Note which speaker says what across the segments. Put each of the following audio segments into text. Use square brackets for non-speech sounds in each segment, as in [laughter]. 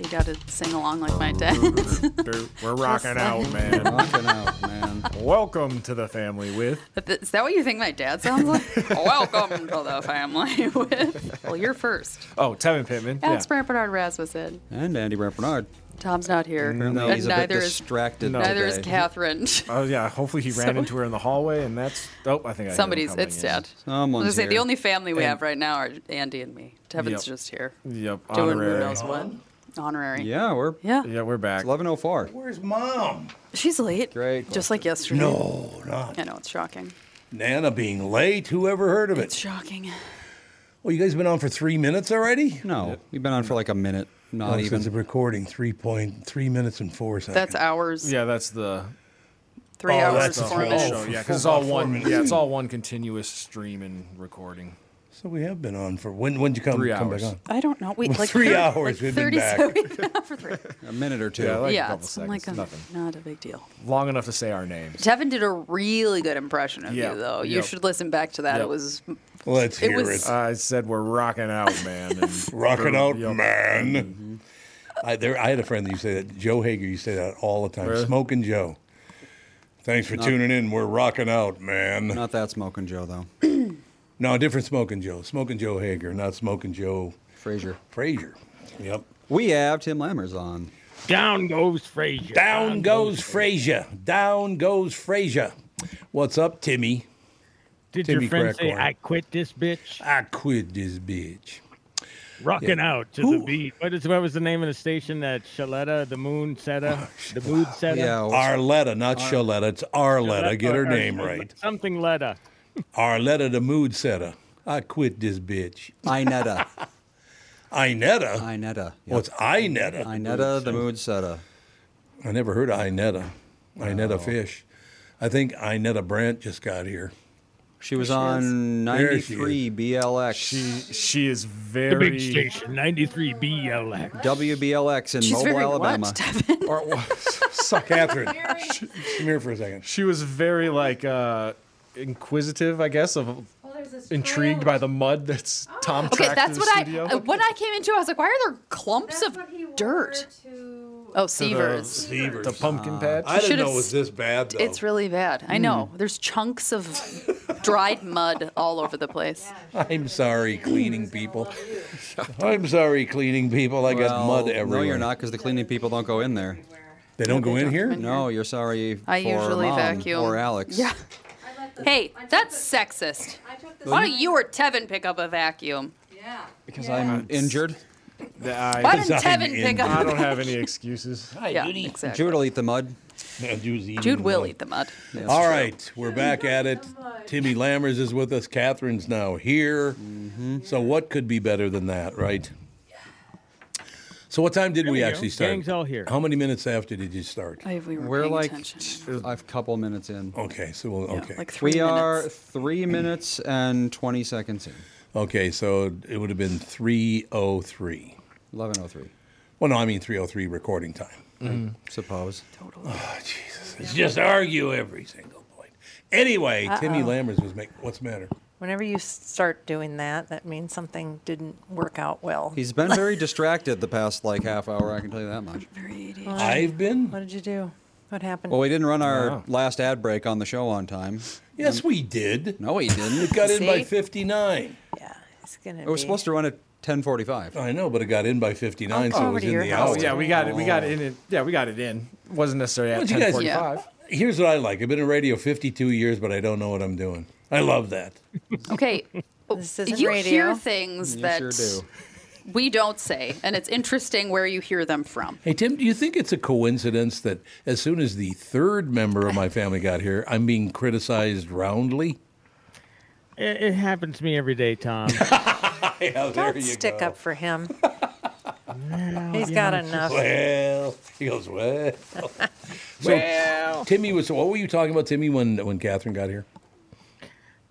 Speaker 1: You gotta sing along like my dad. [laughs]
Speaker 2: We're rocking out, man.
Speaker 3: Rocking out, man.
Speaker 2: Welcome to the family with
Speaker 1: Is that what you think my dad sounds like? [laughs] Welcome to the family with. [laughs] Well, you're first.
Speaker 2: oh Tevin Pittman.
Speaker 1: Alex Brant Bernard Rasmussen.
Speaker 3: And Andy Rappernard.
Speaker 1: Tom's not here.
Speaker 3: No,
Speaker 1: and
Speaker 3: he's a bit
Speaker 1: neither is
Speaker 3: distracted
Speaker 2: No.
Speaker 1: neither is
Speaker 3: today.
Speaker 1: Catherine. [laughs]
Speaker 2: Oh yeah. Hopefully he ran into her in the hallway, and that's oh I think I hear him
Speaker 1: Somebody's
Speaker 2: coming
Speaker 1: it's
Speaker 2: in.
Speaker 1: dad. I was
Speaker 3: Someone's
Speaker 1: gonna say the
Speaker 3: here.
Speaker 1: only family we
Speaker 2: And-
Speaker 1: have right now are Andy and me. Tevin's
Speaker 2: Yep.
Speaker 1: just here.
Speaker 2: Yep.
Speaker 1: Doing who
Speaker 2: honorary.
Speaker 1: knows what. Honorary.
Speaker 3: Yeah, we're
Speaker 1: Yeah.
Speaker 2: Yeah, we're back.
Speaker 3: 1104.
Speaker 4: Where's mom?
Speaker 1: She's late.
Speaker 3: Great
Speaker 1: Just like yesterday.
Speaker 4: No, not
Speaker 1: I know it's shocking.
Speaker 4: Nana being late. Who ever heard of
Speaker 1: It's
Speaker 4: it?
Speaker 1: shocking.
Speaker 4: Well, you guys been on for three minutes already?
Speaker 3: No, we've been on for like a minute. Not
Speaker 4: Oh,
Speaker 3: even.
Speaker 4: Since the recording, three point three minutes and four seconds.
Speaker 1: That's hours.
Speaker 2: Yeah, that's the
Speaker 1: Three
Speaker 4: Oh,
Speaker 1: hours,
Speaker 4: that's the
Speaker 1: four
Speaker 4: whole
Speaker 1: minutes.
Speaker 2: show.
Speaker 4: Oh,
Speaker 2: Yeah, because it's all
Speaker 4: four
Speaker 2: one.
Speaker 4: minutes.
Speaker 2: Yeah, it's all one continuous stream and recording.
Speaker 4: So we have been on for when? When'd you come?
Speaker 2: Three
Speaker 4: come
Speaker 2: hours.
Speaker 4: Back on?
Speaker 1: I don't know. We
Speaker 4: Well,
Speaker 1: like
Speaker 4: three
Speaker 1: thir-
Speaker 4: hours
Speaker 1: like
Speaker 4: we've been
Speaker 1: 30
Speaker 4: back.
Speaker 1: so we've been out for three.
Speaker 3: a minute or two.
Speaker 2: Yeah, like a
Speaker 1: yeah,
Speaker 2: couple
Speaker 1: it's
Speaker 2: seconds.
Speaker 1: like a,
Speaker 2: Nothing
Speaker 1: not a big deal.
Speaker 2: long enough to say our names.
Speaker 1: Tevin did a really good impression of
Speaker 2: Yeah,
Speaker 1: you, though. You
Speaker 2: yep.
Speaker 1: should listen back to that.
Speaker 2: Yep.
Speaker 1: It was
Speaker 4: Let's
Speaker 1: It
Speaker 4: hear
Speaker 1: was-
Speaker 4: it.
Speaker 2: I said we're rocking out, man.
Speaker 4: [laughs]
Speaker 2: And
Speaker 4: Rocking out,
Speaker 2: Yep. Mm-hmm.
Speaker 4: man. I, there, I had a friend that used to say that. Joe Hager used to say that all the time.
Speaker 2: Really?
Speaker 4: Smoking Joe. Thanks for tuning in. We're rocking out, man.
Speaker 3: Not that smoking Joe, though.
Speaker 4: [clears throat] no, different Smoking Joe. Smoking Joe Hager, not Smoking Joe
Speaker 3: Frazier.
Speaker 4: Frazier. Yep.
Speaker 3: We have Tim Lammers on.
Speaker 5: Down goes Frazier.
Speaker 4: Down goes Frazier. Down goes Frazier. What's up, Timmy?
Speaker 5: Did
Speaker 4: Timmy
Speaker 5: your friend say,
Speaker 4: Crackhorn.
Speaker 5: I quit this bitch?
Speaker 4: I quit this bitch.
Speaker 5: Rocking out to
Speaker 4: Who-
Speaker 5: the beat. What, is, what was the name of the station that Shaletta, the moon setta, the mood setta?
Speaker 3: Oh, Yeah. what's-
Speaker 4: Arletta, not Shaletta. It's Arletta.
Speaker 5: Shaletta
Speaker 4: Get her
Speaker 5: or
Speaker 4: name
Speaker 5: some-
Speaker 4: right.
Speaker 5: Something Letta.
Speaker 4: Arletta, the mood setter. I quit this bitch. [laughs]
Speaker 3: Inetta.
Speaker 4: Inetta.
Speaker 3: Inetta.
Speaker 4: Well, it's Inetta.
Speaker 3: Inetta, the mood setter.
Speaker 4: I never heard of Inetta. Inetta Fish. I think Inetta Brandt just got here.
Speaker 3: She was
Speaker 1: she is.
Speaker 3: on
Speaker 4: There she
Speaker 3: 93 BLX.
Speaker 2: She she is
Speaker 5: The
Speaker 2: very
Speaker 5: big station, 93 BLX.
Speaker 3: WBLX in
Speaker 1: she's
Speaker 3: Mobile,
Speaker 1: very
Speaker 3: Alabama.
Speaker 1: what, Tevin?
Speaker 2: or,
Speaker 1: [laughs]
Speaker 2: was-
Speaker 4: Suck, Catherine. Sh- Come here for a second.
Speaker 2: she was very like uh inquisitive, I guess, of intrigued by the mud that's Tom
Speaker 1: Oh. Okay,
Speaker 2: tracked
Speaker 1: that's
Speaker 2: to the
Speaker 1: what I
Speaker 2: studio.
Speaker 1: uh, when I came into. it, I was like, why are there clumps
Speaker 6: That's
Speaker 1: of
Speaker 6: what he wore
Speaker 1: dirt?
Speaker 6: to-
Speaker 1: Oh,
Speaker 2: To the-
Speaker 1: Seavers.
Speaker 4: Seavers.
Speaker 2: The pumpkin patch.
Speaker 4: I didn't
Speaker 1: should've
Speaker 4: know it was this bad, though.
Speaker 1: It's really bad. I know. There's chunks of dried mud all over the place.
Speaker 4: I'm sorry, cleaning people. I'm sorry, cleaning people. I got
Speaker 3: Well,
Speaker 4: mud everywhere.
Speaker 3: No, you're not, because the cleaning people don't go in there.
Speaker 4: They don't go in here?
Speaker 3: No, you're sorry
Speaker 1: I
Speaker 3: for
Speaker 1: usually
Speaker 3: Mom
Speaker 1: vacuum.
Speaker 3: or Alex.
Speaker 1: Yeah.
Speaker 6: I let the-
Speaker 1: Hey,
Speaker 6: I took
Speaker 1: that's
Speaker 6: the-
Speaker 1: sexist.
Speaker 6: I took the.
Speaker 1: Why don't you or Tevin pick up a vacuum?
Speaker 6: Yeah.
Speaker 3: Because I'm injured.
Speaker 2: I,
Speaker 1: Why didn't
Speaker 4: Because I'm
Speaker 1: Tevin pick
Speaker 2: I
Speaker 1: up?
Speaker 2: don't have any excuses.
Speaker 1: Yeah, [laughs] exactly.
Speaker 3: Jude will eat the mud.
Speaker 1: Jude will eat the mud.
Speaker 4: All right, we're back at it. Timmy Lammers is with us. Catherine's now here.
Speaker 1: Mm-hmm.
Speaker 4: So what could be better than that, right? So what time did we
Speaker 5: we go.
Speaker 4: actually start?
Speaker 5: Gang's all here.
Speaker 4: How many minutes after did you start?
Speaker 1: I, we were,
Speaker 3: We're
Speaker 1: paying
Speaker 3: like
Speaker 1: attention.
Speaker 3: a couple minutes in.
Speaker 4: Okay, so we'll,
Speaker 1: Yeah,
Speaker 4: okay,
Speaker 1: like three
Speaker 3: We are
Speaker 1: minutes.
Speaker 3: three minutes and 20 seconds in.
Speaker 4: okay. So it would have been three oh three.
Speaker 3: 11.03,
Speaker 4: Well, no, I mean three oh three recording time.
Speaker 3: suppose.
Speaker 1: Totally.
Speaker 4: Oh, Jesus, it's just argue every single point. Anyway, Timmy Lammers was making. What's the matter?
Speaker 7: Whenever you s- start doing that, that means something didn't work out well.
Speaker 3: He's been very distracted the past like half hour, I can tell you that much.
Speaker 1: Very ADHD.
Speaker 4: I've been.
Speaker 7: What did you do? What happened?
Speaker 3: Well, we didn't run our [laughs]
Speaker 2: Wow.
Speaker 3: last ad break on the show on time.
Speaker 4: Yes, we did.
Speaker 3: No, he didn't.
Speaker 4: It got in by
Speaker 7: See?
Speaker 4: 59.
Speaker 7: yeah, it's gonna.
Speaker 8: Oh,
Speaker 3: It was supposed to run at 10.45.
Speaker 4: I know, but it got in by 59, so it
Speaker 7: over
Speaker 4: was
Speaker 7: to
Speaker 4: in
Speaker 7: your
Speaker 4: the
Speaker 7: house.
Speaker 4: hour.
Speaker 2: Oh yeah, we got it. We got it in. It. Yeah, we got it in. wasn't necessarily at
Speaker 4: What'd you
Speaker 2: ten
Speaker 4: guys-
Speaker 2: forty-five.
Speaker 7: Oh.
Speaker 4: Here's what I like. I've been in radio 52 years, but I don't know what I'm doing. I love that.
Speaker 7: [laughs]
Speaker 1: Okay. oh,
Speaker 7: This isn't
Speaker 1: you
Speaker 7: radio.
Speaker 1: hear things
Speaker 3: You
Speaker 1: that
Speaker 3: sure do.
Speaker 1: we don't say, and it's interesting where you hear them from.
Speaker 4: Hey, Tim, do you think it's a coincidence that as soon as the third member of my family got here, I'm being criticized roundly?
Speaker 3: [laughs]
Speaker 4: [laughs]
Speaker 5: It, it happens to me every day, Tom.
Speaker 8: Yeah, there
Speaker 7: Don't
Speaker 8: you
Speaker 7: stick
Speaker 8: go.
Speaker 7: up for him. He's got enough.
Speaker 8: Well, he goes [laughs] well. well, Timmy was. What were you talking about, Timmy, when when Catherine got here?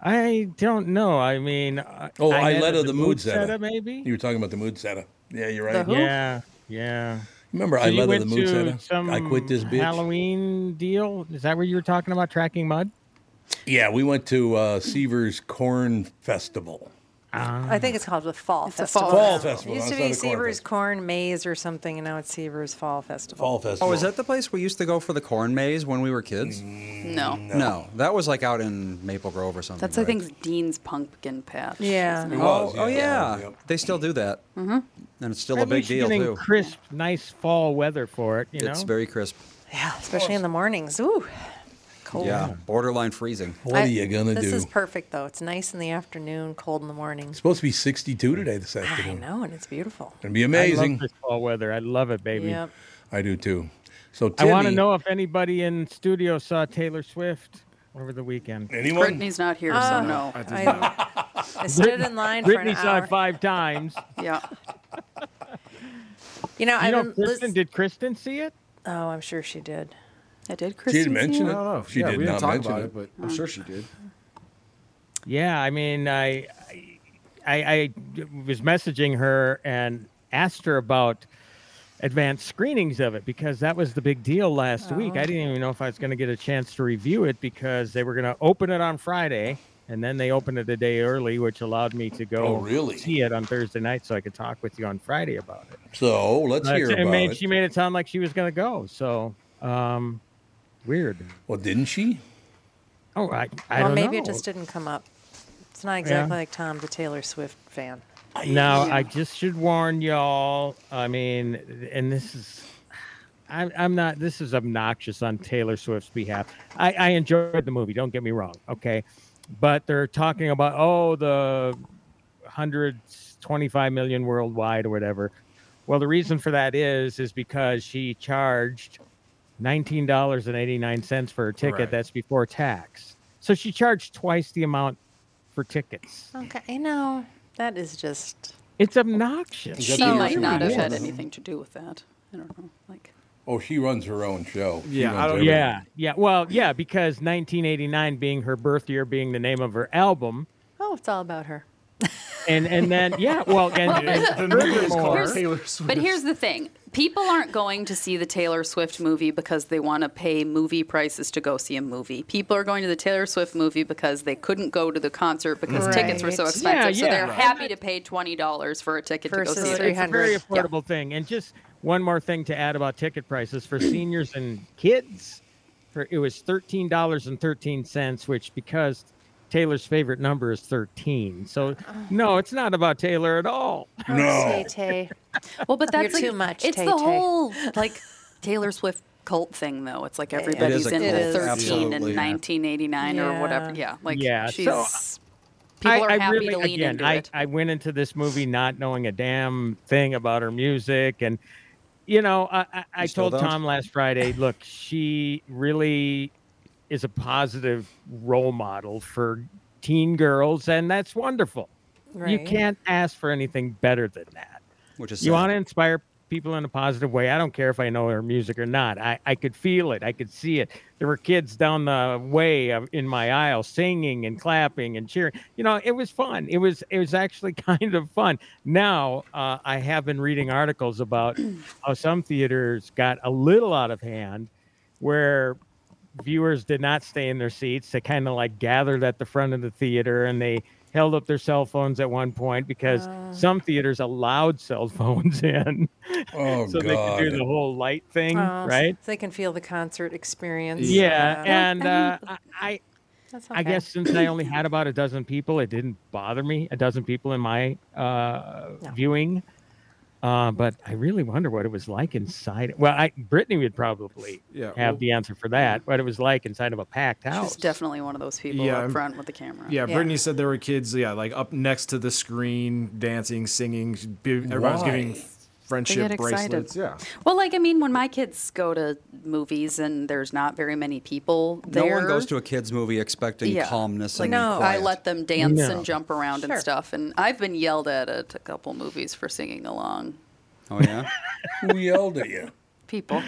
Speaker 5: I don't know. I mean, I-
Speaker 8: Oh,
Speaker 5: I
Speaker 8: I
Speaker 5: had
Speaker 8: let
Speaker 5: a-
Speaker 8: her the mood
Speaker 5: setter,
Speaker 8: setter. You
Speaker 5: maybe.
Speaker 8: were talking about the mood setter. Yeah, you're
Speaker 7: The
Speaker 8: right.
Speaker 7: who?
Speaker 5: Yeah, yeah.
Speaker 8: Remember, I
Speaker 5: So you
Speaker 8: let her
Speaker 5: went
Speaker 8: the mood
Speaker 5: to
Speaker 8: setter.
Speaker 5: some
Speaker 8: I quit this bitch.
Speaker 5: Halloween deal. Is that where you were talking about tracking mud?
Speaker 8: Yeah, we went to uh, Seaver's Corn Festival.
Speaker 5: Ah.
Speaker 7: I think it's called the Fall
Speaker 1: a
Speaker 7: Festival.
Speaker 1: fall
Speaker 7: now.
Speaker 8: Fall festival,
Speaker 7: It used to
Speaker 8: that's
Speaker 7: be
Speaker 8: not a corn
Speaker 7: Seaver's
Speaker 8: festival.
Speaker 7: Corn Maze or something, and now it's Seaver's Fall Festival.
Speaker 8: Fall Festival.
Speaker 3: Oh, is that the place we used to go for the corn maze when we were kids?
Speaker 1: No.
Speaker 3: No, that was like out in Maple Grove or something.
Speaker 1: That's, I
Speaker 3: right?
Speaker 1: think, Dean's pumpkin patch.
Speaker 7: Yeah.
Speaker 1: isn't it?
Speaker 8: It
Speaker 3: Oh,
Speaker 8: was,
Speaker 3: oh yeah,
Speaker 8: Yep.
Speaker 3: they still do that, mm-hmm. and it's still
Speaker 5: At
Speaker 3: a big
Speaker 5: least
Speaker 3: deal
Speaker 5: you're getting
Speaker 3: too.
Speaker 5: crisp, nice fall weather for it. You
Speaker 3: It's
Speaker 5: know.
Speaker 3: very crisp.
Speaker 7: Yeah, especially in the mornings. Ooh, cold.
Speaker 3: Yeah, borderline freezing.
Speaker 8: What
Speaker 7: I-
Speaker 8: are you gonna
Speaker 7: This
Speaker 8: do?
Speaker 7: is perfect, though. It's nice in the afternoon, cold in the morning.
Speaker 8: It's supposed to be 62 today this
Speaker 7: I
Speaker 8: afternoon.
Speaker 7: know, and it's beautiful.
Speaker 8: Gonna be
Speaker 5: I love
Speaker 8: amazing.
Speaker 5: this fall weather. I love it, baby.
Speaker 7: Yep.
Speaker 8: I do too. So
Speaker 5: I
Speaker 8: Timmy,
Speaker 5: want to know if anybody in studio saw Taylor Swift over the weekend.
Speaker 8: anyone?
Speaker 1: Brittany's not here, so no.
Speaker 7: Oh, I, [laughs] I stood in line for an
Speaker 5: Brittany saw
Speaker 7: hour.
Speaker 5: it five times.
Speaker 1: Yeah.
Speaker 7: You know,
Speaker 5: You
Speaker 7: I've
Speaker 5: know,
Speaker 7: been
Speaker 5: Kristen,
Speaker 7: listening.
Speaker 5: did Kristen see it?
Speaker 7: Oh, I'm sure she did.
Speaker 1: I did
Speaker 8: She
Speaker 1: Kristen.
Speaker 8: didn't mention
Speaker 2: I
Speaker 8: it.
Speaker 2: don't know.
Speaker 8: She
Speaker 2: yeah,
Speaker 8: did
Speaker 2: we didn't
Speaker 8: not
Speaker 2: talk
Speaker 8: mention
Speaker 2: about
Speaker 8: it.
Speaker 2: it, but I'm sure she did.
Speaker 5: Yeah, I mean, I, I, I was messaging her and asked her about advanced screenings of it because that was the big deal
Speaker 7: Oh.
Speaker 5: last week. I didn't even know if I was going to get a chance to review it because they were going to open it on Friday and then they opened it a day early, which allowed me to go
Speaker 8: Oh, really?
Speaker 5: see it on Thursday night so I could talk with you on Friday about it.
Speaker 8: So let's
Speaker 5: But
Speaker 8: hear
Speaker 5: it
Speaker 8: about
Speaker 5: made,
Speaker 8: it.
Speaker 5: Uh, She made it sound like she was going to go. So, um, weird.
Speaker 8: well, didn't she?
Speaker 5: Oh, I, I
Speaker 7: well,
Speaker 5: don't
Speaker 7: maybe
Speaker 5: know.
Speaker 7: it just didn't come up. It's not exactly like Tom, the Taylor Swift fan.
Speaker 5: Now,
Speaker 1: Yeah.
Speaker 5: I just should warn y'all. I mean, and this is, I'm, I'm not, this is obnoxious on Taylor Swift's behalf. I, I enjoyed the movie, don't get me wrong. Okay. But they're talking about, oh, the 125 million worldwide or whatever. Well, the reason for that is, is because she charged $19.89 for a ticket.
Speaker 8: Right.
Speaker 5: That's before tax. So she charged twice the amount for tickets.
Speaker 7: Okay, I know. That is just.
Speaker 5: It's obnoxious.
Speaker 8: that
Speaker 1: She
Speaker 8: the
Speaker 1: might
Speaker 8: issue?
Speaker 1: not have had
Speaker 8: Yes.
Speaker 1: anything to do with that. I don't know. Like,
Speaker 8: Oh, she runs her own show. She
Speaker 2: Yeah, I
Speaker 8: runs
Speaker 2: don't-
Speaker 8: everything.
Speaker 5: Yeah, yeah. Well, yeah, because 1989 being her birth year, being the name of her album,
Speaker 7: Oh, it's all about her.
Speaker 5: and and then yeah, well,
Speaker 1: [laughs]
Speaker 5: and,
Speaker 2: The
Speaker 5: and
Speaker 2: movie is called
Speaker 5: furthermore,
Speaker 1: Here's-
Speaker 2: Taylor Swift.
Speaker 1: But here's the thing people aren't going to see the Taylor Swift movie because they want to pay movie prices to go see a movie. People are going to the Taylor Swift movie because they couldn't go to the concert because tickets were so
Speaker 7: Right.
Speaker 1: expensive.
Speaker 5: Yeah,
Speaker 1: So they're
Speaker 5: yeah.
Speaker 1: happy to pay $20 for a ticket to
Speaker 7: Versus
Speaker 1: go see
Speaker 5: it's
Speaker 1: it.
Speaker 5: a
Speaker 7: 300.
Speaker 5: very
Speaker 7: Yeah.
Speaker 5: affordable thing. And just one more thing to add about ticket prices for seniors and kids, for, it was thirteen dollars and thirteen cents, which because Taylor's favorite number is 13. So
Speaker 1: Uh-uh.
Speaker 5: no, it's not about Taylor at all.
Speaker 8: No.
Speaker 7: Oh,
Speaker 8: [laughs]
Speaker 7: Tay.
Speaker 1: Well, but that's
Speaker 7: You're
Speaker 1: like,
Speaker 7: too much,
Speaker 1: It's
Speaker 7: Tay-Tay.
Speaker 1: the whole [laughs] like Taylor Swift cult thing, though. It's like everybody's
Speaker 3: a
Speaker 1: in
Speaker 3: cult,
Speaker 1: the 13 and
Speaker 3: absolutely.
Speaker 1: 1989 or whatever.
Speaker 7: Yeah.
Speaker 1: Yeah, like
Speaker 5: Yeah, so,
Speaker 1: she's people
Speaker 5: I,
Speaker 1: are
Speaker 5: I
Speaker 1: happy
Speaker 5: really,
Speaker 1: to lean
Speaker 5: again,
Speaker 1: into
Speaker 5: I,
Speaker 1: it.
Speaker 5: I went into this movie not knowing a damn thing about her music. And, you know, I, I, I
Speaker 3: You still
Speaker 5: told
Speaker 3: don't?
Speaker 5: Tom last Friday, look, she really is a positive role model for teen girls, and that's wonderful. You
Speaker 7: Right.
Speaker 5: can't ask for anything better than that.
Speaker 3: Which is
Speaker 5: You
Speaker 3: sad.
Speaker 5: want to inspire people in a positive way. I don't care if I know her music or not. I, I could feel it. I could see it. There were kids down the way of- in my aisle singing and clapping and cheering. You know, it was fun. It was it was actually [laughs] kind of fun. Now uh, I have been reading articles about how some theaters got a little out of hand, where viewers did not stay in their seats. They kind of like gathered at the front of the theater and they held up their cell phones at one point because
Speaker 7: Ah.
Speaker 5: some theaters allowed cell phones [laughs] in
Speaker 8: Oh
Speaker 5: so they
Speaker 8: God.
Speaker 5: could do the whole light thing,
Speaker 7: Oh, so-
Speaker 5: right?
Speaker 7: So they can feel the concert experience.
Speaker 5: Yeah, and uh, I, I,
Speaker 7: that's
Speaker 5: I
Speaker 7: okay.
Speaker 5: guess since I
Speaker 1: [coughs]
Speaker 5: only had about a dozen people, it didn't bother me. A dozen people in my uh,
Speaker 7: No.
Speaker 5: viewing, uh, but I really wonder what it was like inside. Well, I, Brittany would probably
Speaker 2: Yeah,
Speaker 5: have
Speaker 2: well-
Speaker 5: the answer for that. What it was like inside of a packed house.
Speaker 1: She's definitely one of those people
Speaker 2: Yeah,
Speaker 1: up
Speaker 2: I'm-
Speaker 1: front with the camera.
Speaker 2: Yeah,
Speaker 7: Yeah.
Speaker 2: Brittany said there were kids, yeah, like up next to the screen, dancing, singing. Everybody was
Speaker 8: Why?
Speaker 2: giving
Speaker 1: They
Speaker 9: friendship
Speaker 1: get
Speaker 9: bracelets.
Speaker 1: excited.
Speaker 9: Yeah.
Speaker 1: Well, like I mean, when my kids go to movies and there's not very many people
Speaker 3: No
Speaker 1: there,
Speaker 3: one goes to a kids' movie expecting calmness
Speaker 1: Like,
Speaker 3: and
Speaker 7: No.
Speaker 1: I
Speaker 3: quiet.
Speaker 1: let them dance
Speaker 5: No.
Speaker 1: and jump around
Speaker 7: Sure.
Speaker 1: and stuff, and I've been yelled at at a couple movies for singing along.
Speaker 3: Oh yeah.
Speaker 8: Who yelled at you?
Speaker 1: People,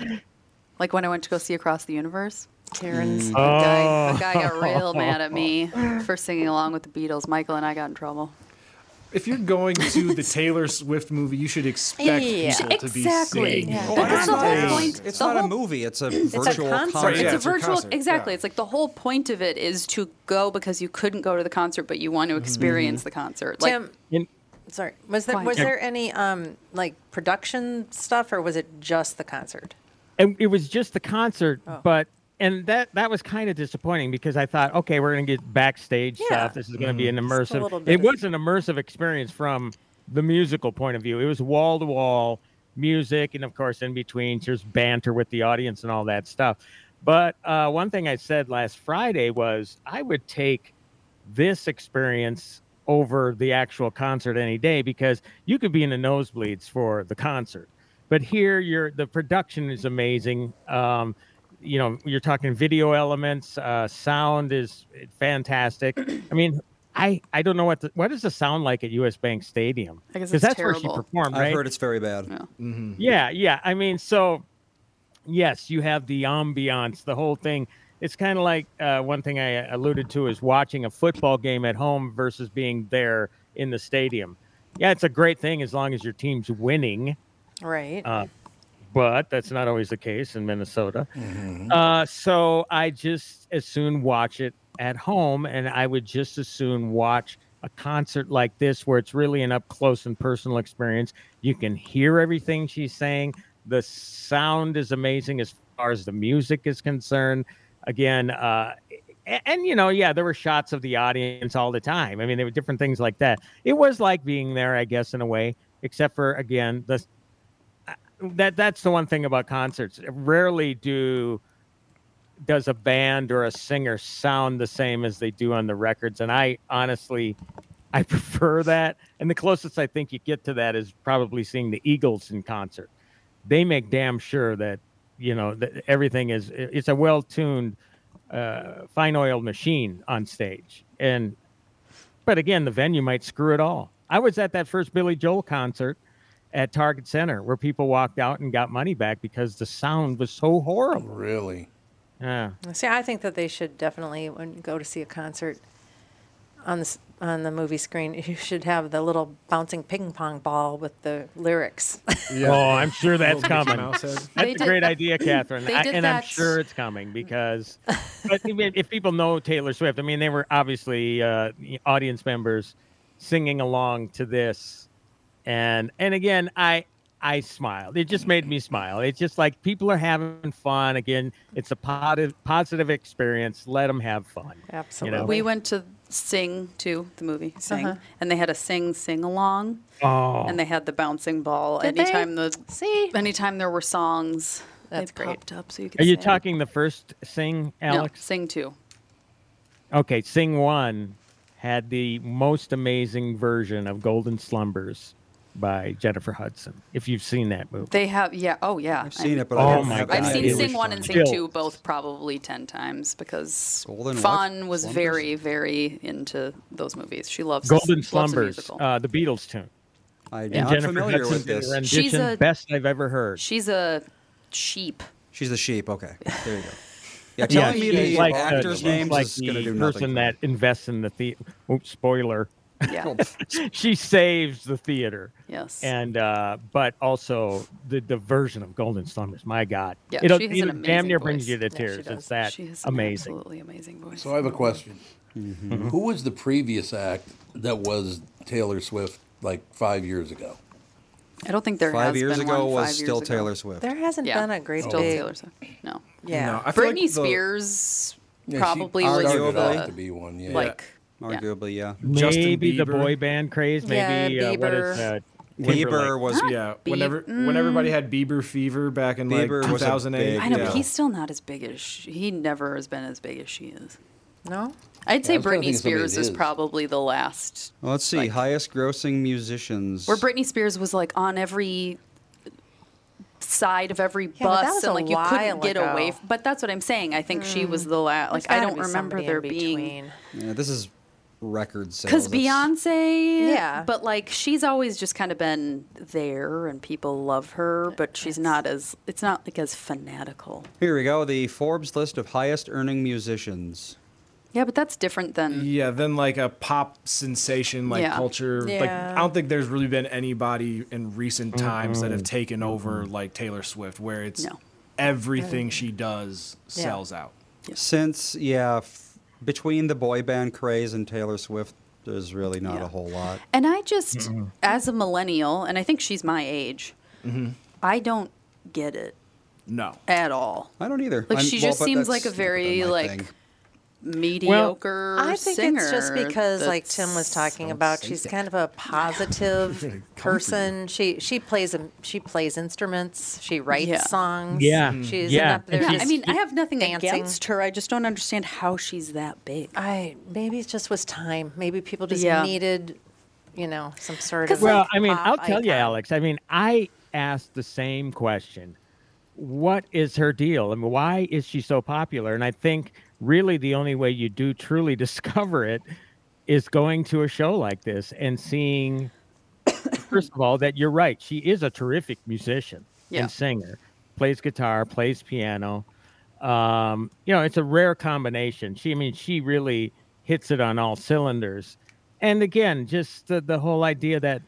Speaker 1: like when I went to go see Across the Universe,
Speaker 7: Karen's.
Speaker 1: the, guy, the guy got real mad
Speaker 7: [laughs]
Speaker 1: at me for singing along with the Beatles. Michael and I got in trouble.
Speaker 2: If you're going to the Taylor Swift movie, you should expect
Speaker 7: Yeah.
Speaker 2: people to be
Speaker 1: Exactly.
Speaker 2: singing.
Speaker 7: Yeah.
Speaker 2: along.
Speaker 1: That's the whole
Speaker 9: Nice.
Speaker 1: point.
Speaker 3: It's
Speaker 1: the
Speaker 3: not
Speaker 1: whole
Speaker 3: a movie. It's a
Speaker 7: a
Speaker 3: virtual
Speaker 7: concert.
Speaker 3: concert.
Speaker 9: Yeah,
Speaker 1: it's
Speaker 9: it's
Speaker 1: a
Speaker 9: a
Speaker 1: virtual
Speaker 9: concert,
Speaker 1: exactly
Speaker 9: yeah.
Speaker 1: it's like the whole point of it is to go because you couldn't go to the concert but you want to experience the concert like
Speaker 7: Tim,
Speaker 5: You-
Speaker 7: sorry. Was there
Speaker 1: Quiet.
Speaker 7: was there any um like production stuff or was it just the concert?
Speaker 5: and it was just the concert
Speaker 7: Oh.
Speaker 5: but and that that was kind of disappointing because i thought okay we're going to get backstage
Speaker 7: Yeah.
Speaker 5: stuff this is going to be an
Speaker 7: Just a
Speaker 5: immersive
Speaker 7: little bit
Speaker 5: it
Speaker 7: of-
Speaker 5: was an immersive experience from the musical point of view it was wall to wall music and of course in between there's banter with the audience and all that stuff but uh, one thing i said last friday was i would take this experience over the actual concert any day because you could be in the nosebleeds for the concert but here you're the production is amazing um, you know you're talking video elements uh, sound is fantastic i mean i i don't know what the, what does the sound like at us bank stadium
Speaker 1: I guess it's
Speaker 5: that's where
Speaker 1: terrible.
Speaker 5: she
Speaker 3: I've
Speaker 5: performed right Mm-hmm.
Speaker 3: heard it's [laughs] very bad.
Speaker 1: Yeah.
Speaker 5: yeah, yeah. I mean, so yes, you have the ambiance, the whole thing. It's kind of like uh, one thing I alluded to is watching a football game at home versus being there in the stadium. Yeah, it's a great thing as long as your team's winning, Uh,
Speaker 7: Right.
Speaker 5: but that's not always the case in Minnesota. Uh, so I just as soon watch it at home, and I would just as soon watch a concert like this where it's really an up close and personal experience. You can hear everything she's saying. The sound is amazing as far as the music is concerned. Again, uh, a- and you know, yeah, there were shots of the audience all the time. I mean, there were different things like that. It was like being there, I guess, in a way, except for again the that that's the one thing about concerts. Rarely do does a band or a singer sound the same as they do on the records, and I honestly I [laughs] prefer that. And the closest I think you get to that is probably seeing the Eagles in concert. They make damn sure that you know that everything is it's a well tuned uh, fine oiled machine on stage, and but again, the venue might screw it all. I was at that first Billy Joel concert at Target Center where people walked out and got money back because the sound was so horrible.
Speaker 8: Really?
Speaker 5: Yeah.
Speaker 7: See, I think that they should definitely, when you go to see a concert on the, s- on the movie screen, [laughs] you should have the little bouncing ping pong ball with the lyrics.
Speaker 5: Oh, I'm sure that's
Speaker 2: Little Mickey
Speaker 5: coming.
Speaker 2: Mouse head.
Speaker 1: They
Speaker 5: That's a
Speaker 1: did-
Speaker 5: great idea, Catherine.
Speaker 1: [laughs] they
Speaker 5: I-
Speaker 1: did
Speaker 5: and I'm
Speaker 1: that-
Speaker 5: sure it's coming because but I mean, if people know Taylor Swift, I mean, they were obviously uh, audience members singing along to this. And and again, I I smiled. It just made me smile. It's just like people are having fun. Again, it's a positive positive experience. Let them have fun.
Speaker 7: Absolutely.
Speaker 1: we went to sing to the movie
Speaker 7: Uh-huh.
Speaker 1: sing and they had a sing sing along
Speaker 5: Oh,
Speaker 1: and they had the bouncing ball
Speaker 7: Did they?
Speaker 1: anytime the
Speaker 7: See?
Speaker 1: anytime there were songs
Speaker 7: That's
Speaker 1: it
Speaker 7: great.
Speaker 1: popped up so you could
Speaker 5: Are you
Speaker 1: sing.
Speaker 5: talking the first Sing,
Speaker 1: no,
Speaker 5: Alex?
Speaker 1: sing to
Speaker 5: Okay, Sing One had the most amazing version of Golden Slumbers by Jennifer Hudson. If you've seen that movie,
Speaker 1: they have yeah oh yeah
Speaker 3: I've seen it, but
Speaker 5: Oh
Speaker 3: I don't
Speaker 5: my
Speaker 3: have
Speaker 5: God.
Speaker 1: I've
Speaker 3: any
Speaker 1: seen
Speaker 3: idea
Speaker 1: Sing
Speaker 3: which
Speaker 1: One
Speaker 3: one.
Speaker 1: and Sing
Speaker 5: Chills.
Speaker 1: Two both probably ten times because
Speaker 3: Golden what?
Speaker 1: Fawn was
Speaker 3: Slumbers?
Speaker 1: very, very into those movies. She loves
Speaker 5: Golden
Speaker 1: loves the
Speaker 5: Slumbers,
Speaker 1: musical.
Speaker 5: uh, the Beatles tune.
Speaker 3: I'm
Speaker 5: And
Speaker 3: not familiar
Speaker 5: Hudson
Speaker 3: with
Speaker 5: did a
Speaker 3: this.
Speaker 5: rendition,
Speaker 1: She's a-
Speaker 5: best I've ever heard.
Speaker 1: She's a sheep.
Speaker 3: She's the sheep. Okay, there
Speaker 1: [laughs]
Speaker 3: you go. Yeah, telling me
Speaker 5: she's
Speaker 3: the
Speaker 5: like the-
Speaker 3: actors'
Speaker 5: she's
Speaker 3: names
Speaker 5: like
Speaker 3: is
Speaker 5: the
Speaker 3: going to do nothing.
Speaker 5: person that invests in the theater. Oops, spoiler.
Speaker 1: Yeah.
Speaker 5: [laughs] she saves the theater.
Speaker 1: yes.
Speaker 5: and uh but also the the version of golden slumbers my god
Speaker 1: Yeah,
Speaker 5: it'll,
Speaker 1: she has an
Speaker 5: it'll damn
Speaker 1: amazing
Speaker 5: near brings
Speaker 1: voice.
Speaker 5: you to
Speaker 7: Yeah, she
Speaker 5: tears
Speaker 7: does.
Speaker 5: it's that
Speaker 1: she has an
Speaker 5: [laughs] amazing
Speaker 1: absolutely amazing voice.
Speaker 8: So I have a question.
Speaker 3: Mm-hmm.
Speaker 8: Who was the previous act that was Taylor Swift like five years ago?
Speaker 1: I don't think there
Speaker 3: Five
Speaker 1: has
Speaker 3: years
Speaker 1: been
Speaker 3: ago
Speaker 1: one
Speaker 3: was
Speaker 1: five years
Speaker 3: still
Speaker 1: ago.
Speaker 3: Taylor Swift.
Speaker 7: There hasn't
Speaker 1: Yeah,
Speaker 7: been a great
Speaker 1: still
Speaker 7: big.
Speaker 1: Taylor Swift. No.
Speaker 7: Yeah.
Speaker 9: No, I feel like
Speaker 1: Britney
Speaker 9: the-
Speaker 1: Spears
Speaker 8: Yeah, she
Speaker 1: probably was
Speaker 8: started
Speaker 3: arguably-
Speaker 8: out to
Speaker 1: the,
Speaker 8: be one. Yeah.
Speaker 1: like yeah.
Speaker 3: Arguably, yeah.
Speaker 2: Justin
Speaker 5: maybe the
Speaker 2: Bieber.
Speaker 5: boy band craze
Speaker 7: Yeah,
Speaker 5: maybe uh, what is
Speaker 7: Bieber.
Speaker 5: uh,
Speaker 3: Bieber
Speaker 5: Timberlake.
Speaker 3: was
Speaker 2: Yeah, whenever when everybody had Bieber fever back in
Speaker 3: Bieber
Speaker 2: like
Speaker 3: was a
Speaker 2: 2008.
Speaker 3: big
Speaker 1: Mm. I know,
Speaker 3: Yeah.
Speaker 1: but he's still not as big as she, he never has been as big as she is.
Speaker 7: No?
Speaker 1: I'd say
Speaker 8: I was trying to
Speaker 1: Britney
Speaker 8: think of somebody
Speaker 1: Spears
Speaker 8: that
Speaker 1: is
Speaker 8: is.
Speaker 1: probably the last
Speaker 3: Well, let's see. Highest grossing musicians.
Speaker 1: where Britney Spears was like on every side of every
Speaker 7: but that
Speaker 1: bus
Speaker 7: was
Speaker 1: and
Speaker 7: a
Speaker 1: like you
Speaker 7: while
Speaker 1: couldn't get away.
Speaker 7: ago. Hmm.
Speaker 1: f- But that's what I'm saying. I think she was the last. Like I don't remember there being
Speaker 3: Yeah, this is record sales.
Speaker 1: because
Speaker 3: It's-
Speaker 1: Beyonce.
Speaker 7: Yeah.
Speaker 1: But like she's always just kind of been there and people love her, but she's not as it's not like as fanatical.
Speaker 3: Here we go. The Forbes list of highest earning musicians.
Speaker 1: Yeah, but that's different than
Speaker 2: Yeah, then like a pop sensation, like
Speaker 1: Yeah.
Speaker 2: culture. Like
Speaker 7: Yeah.
Speaker 2: I don't think there's really been anybody in recent times that have taken over like Taylor Swift, where it's
Speaker 1: No.
Speaker 2: everything she does
Speaker 7: Yeah.
Speaker 2: sells out.
Speaker 3: Since yeah, f- between the boy band craze and Taylor Swift, there's really not
Speaker 1: Yeah.
Speaker 3: a whole lot.
Speaker 1: And I just,
Speaker 3: Mm-hmm.
Speaker 1: as a millennial, and I think she's my age, I don't get it
Speaker 2: Mm-hmm. No.
Speaker 1: at all.
Speaker 3: I don't either.
Speaker 1: Like,
Speaker 3: I'm-
Speaker 1: she
Speaker 3: well,
Speaker 1: just
Speaker 3: but
Speaker 1: seems
Speaker 3: that's
Speaker 1: like a
Speaker 3: not
Speaker 1: very,
Speaker 3: my
Speaker 1: like,
Speaker 3: thing.
Speaker 1: mediocre
Speaker 7: I think
Speaker 1: singer.
Speaker 7: it's just because, like Tim was talking about,
Speaker 3: say
Speaker 7: she's
Speaker 3: that.
Speaker 7: kind of a
Speaker 5: [laughs]
Speaker 7: positive person. She she plays a- she plays instruments. She writes
Speaker 1: Yeah.
Speaker 7: songs.
Speaker 5: Yeah.
Speaker 7: she's
Speaker 5: Yeah.
Speaker 7: up there.
Speaker 5: And
Speaker 1: I mean, I have nothing
Speaker 7: dancing.
Speaker 1: against her. I just don't understand how she's that big.
Speaker 7: I maybe it just was time. Maybe people just
Speaker 1: Yeah.
Speaker 7: needed, you know, some sort
Speaker 1: 'Cause,
Speaker 7: of.
Speaker 1: like, uh, um
Speaker 5: Well, I mean,
Speaker 7: pop
Speaker 5: I'll tell you,
Speaker 7: icon.
Speaker 5: Alex. I mean, I asked the same question. What is her deal? I mean, why is she so popular? And I think really the only way you do truly [laughs] discover it is going to a show like this and seeing, first of all, that you're right. She is a terrific musician
Speaker 1: Yeah.
Speaker 5: and singer, plays guitar, plays piano. Um, you know, it's a rare combination. She, I mean, she really hits it on all cylinders. And again, just the, the whole idea that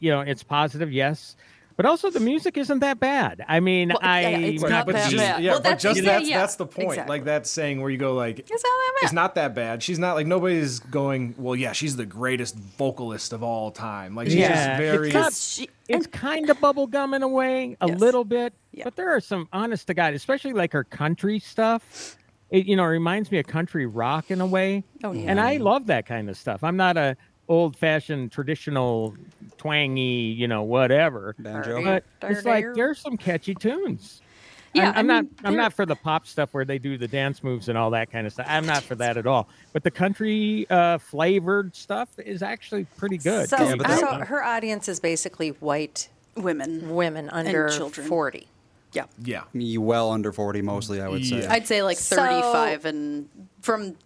Speaker 5: you know it's positive yes but also the music isn't that bad i mean
Speaker 1: Well,
Speaker 5: i
Speaker 1: yeah, it's
Speaker 2: But-
Speaker 1: not
Speaker 2: but
Speaker 1: that
Speaker 2: just,
Speaker 1: bad.
Speaker 2: Yeah,
Speaker 1: Well,
Speaker 2: but
Speaker 1: that's
Speaker 2: just
Speaker 1: exa-
Speaker 2: that's,
Speaker 1: yeah,
Speaker 2: that's the point.
Speaker 1: exactly.
Speaker 2: Like that saying where you go like
Speaker 1: It's not that bad.
Speaker 2: It's not that bad. She's not like nobody's going, well, yeah, she's the greatest vocalist of all time. Like she's
Speaker 5: Yeah,
Speaker 2: just
Speaker 5: it's
Speaker 2: very
Speaker 5: not-
Speaker 1: She,
Speaker 5: it's kind of bubblegum in a way a
Speaker 1: Yes.
Speaker 5: little bit
Speaker 1: Yeah.
Speaker 5: but there are some honest to god especially like her country stuff it you know reminds me of country rock in a way
Speaker 1: Oh, yeah.
Speaker 5: and i love that kind of stuff i'm not a old fashioned traditional twangy you know whatever
Speaker 3: Banjo.
Speaker 5: but it's like there's some catchy tunes I'm-
Speaker 1: Yeah, I
Speaker 5: I'm, not.
Speaker 1: mean,
Speaker 5: I'm
Speaker 1: there-
Speaker 5: not for the pop stuff where they do the dance moves and all that kind of stuff. I'm not for that at all. But the country uh, flavored stuff is actually pretty good.
Speaker 7: So,
Speaker 3: Yeah, but that-
Speaker 7: so her audience is basically white
Speaker 1: women.
Speaker 7: women under
Speaker 1: children.
Speaker 7: forty.
Speaker 1: Yeah.
Speaker 2: yeah.
Speaker 3: Me, well under 40 mostly, I would say.
Speaker 2: Yeah.
Speaker 1: I'd say like
Speaker 7: So-
Speaker 1: 35 and from,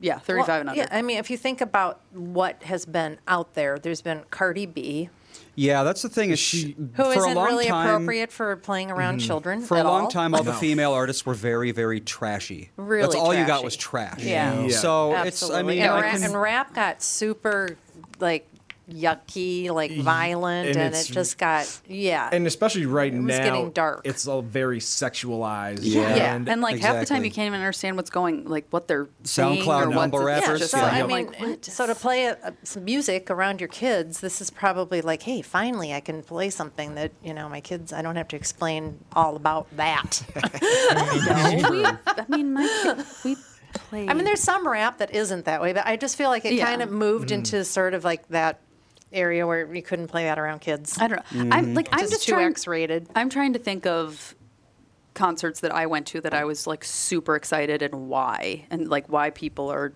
Speaker 1: yeah, 35 and
Speaker 7: Well,
Speaker 1: under.
Speaker 7: Yeah, I mean, if you think about what has been out there, there's been Cardi B,
Speaker 3: yeah, that's the thing. Is she,
Speaker 2: She- Mm-hmm.
Speaker 7: who
Speaker 3: for a
Speaker 7: isn't
Speaker 3: long
Speaker 7: really
Speaker 3: time,
Speaker 7: appropriate for playing around children
Speaker 3: For a
Speaker 7: at
Speaker 3: long
Speaker 7: all.
Speaker 3: time, all the
Speaker 2: No.
Speaker 3: female artists were very, very trashy. That's
Speaker 7: Really
Speaker 3: all you got was trash.
Speaker 7: trashy. Yeah.
Speaker 2: Yeah.
Speaker 3: So it's, I
Speaker 7: Absolutely.
Speaker 3: mean,
Speaker 7: and,
Speaker 3: I
Speaker 7: rap,
Speaker 3: can-
Speaker 7: and rap got super like yucky, like
Speaker 2: Y-
Speaker 7: violent, Mm-hmm. and,
Speaker 2: and
Speaker 7: it
Speaker 2: it's-
Speaker 7: just got yeah.
Speaker 2: And especially right
Speaker 7: was
Speaker 2: now,
Speaker 7: getting dark.
Speaker 2: it's all very sexualized.
Speaker 3: Yeah.
Speaker 1: Yeah,
Speaker 2: And,
Speaker 1: and, like half the time
Speaker 3: Exactly.
Speaker 1: you can't even understand what's going, like what they're
Speaker 3: SoundCloud
Speaker 1: saying or
Speaker 3: number
Speaker 1: what's, it's
Speaker 3: rappers,
Speaker 1: just
Speaker 7: so
Speaker 1: like,
Speaker 7: I
Speaker 1: I'm
Speaker 7: mean,
Speaker 1: like, what?
Speaker 7: so to play uh some music around your kids, this is probably like, hey, finally I can play something that you know my kids. I don't have to explain all about that. [laughs]
Speaker 1: [laughs] I mean, my kid, we played.
Speaker 7: I mean, there's some rap that isn't that way, but I just feel like it
Speaker 1: Yeah.
Speaker 7: kind of moved
Speaker 1: Mm.
Speaker 7: into sort of like that area where you couldn't play that around kids.
Speaker 1: I don't know. I'm like, I'm
Speaker 7: Just
Speaker 1: just
Speaker 7: too
Speaker 1: trying.
Speaker 7: X-rated.
Speaker 1: I'm trying to think of concerts that I went to that I was like super excited and why, and like why people are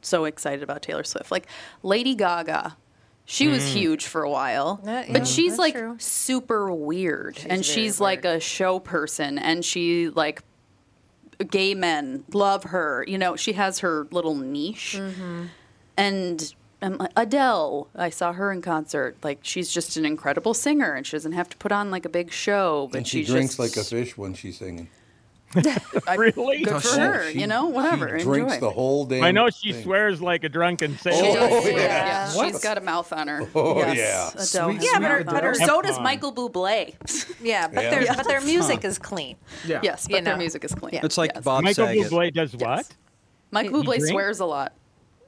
Speaker 1: so excited about Taylor Swift. Like Lady Gaga. She was huge for a while,
Speaker 7: That- yeah,
Speaker 1: but she's
Speaker 7: that's
Speaker 1: like
Speaker 7: true.
Speaker 1: super weird, and
Speaker 7: very
Speaker 1: she's like a show person, and she like gay men love her. You know, she has her little niche.
Speaker 7: Mm-hmm.
Speaker 10: Mm-hmm.
Speaker 1: And um, Adele, I saw her in concert. Like, she's just an incredible singer, and she doesn't have to put on like a big show. But
Speaker 8: And she
Speaker 1: she's
Speaker 8: drinks
Speaker 1: just,
Speaker 8: like a fish when she's singing.
Speaker 1: I-
Speaker 5: Really?
Speaker 1: good for
Speaker 8: Oh,
Speaker 1: her.
Speaker 8: she-
Speaker 1: you know, whatever.
Speaker 8: She drinks
Speaker 1: Enjoy.
Speaker 8: the whole damn.
Speaker 5: I know she
Speaker 8: thing.
Speaker 5: swears like a drunken
Speaker 1: She
Speaker 5: sailor.
Speaker 1: does,
Speaker 8: Oh, yeah.
Speaker 1: yeah. yeah.
Speaker 8: What?
Speaker 1: She's got a mouth on her.
Speaker 8: Oh,
Speaker 1: yes.
Speaker 8: yeah.
Speaker 1: Adele has
Speaker 2: Sweet,
Speaker 1: a
Speaker 2: Yeah,
Speaker 7: but her-
Speaker 1: mouth on
Speaker 7: but her-
Speaker 5: Come
Speaker 1: So does
Speaker 5: on.
Speaker 1: Michael Bublé.
Speaker 7: [laughs] Yeah, but
Speaker 8: Yeah.
Speaker 7: their
Speaker 8: Yeah.
Speaker 7: but their music is clean.
Speaker 2: yeah.
Speaker 1: yes, but
Speaker 7: You
Speaker 1: their
Speaker 7: know.
Speaker 1: music is clean.
Speaker 7: Yeah.
Speaker 3: it's like
Speaker 1: Yes.
Speaker 3: Bob
Speaker 5: Michael
Speaker 3: Saget.
Speaker 5: Bublé does what?
Speaker 1: Michael
Speaker 5: He
Speaker 1: Bublé
Speaker 5: drinks?
Speaker 1: swears a lot.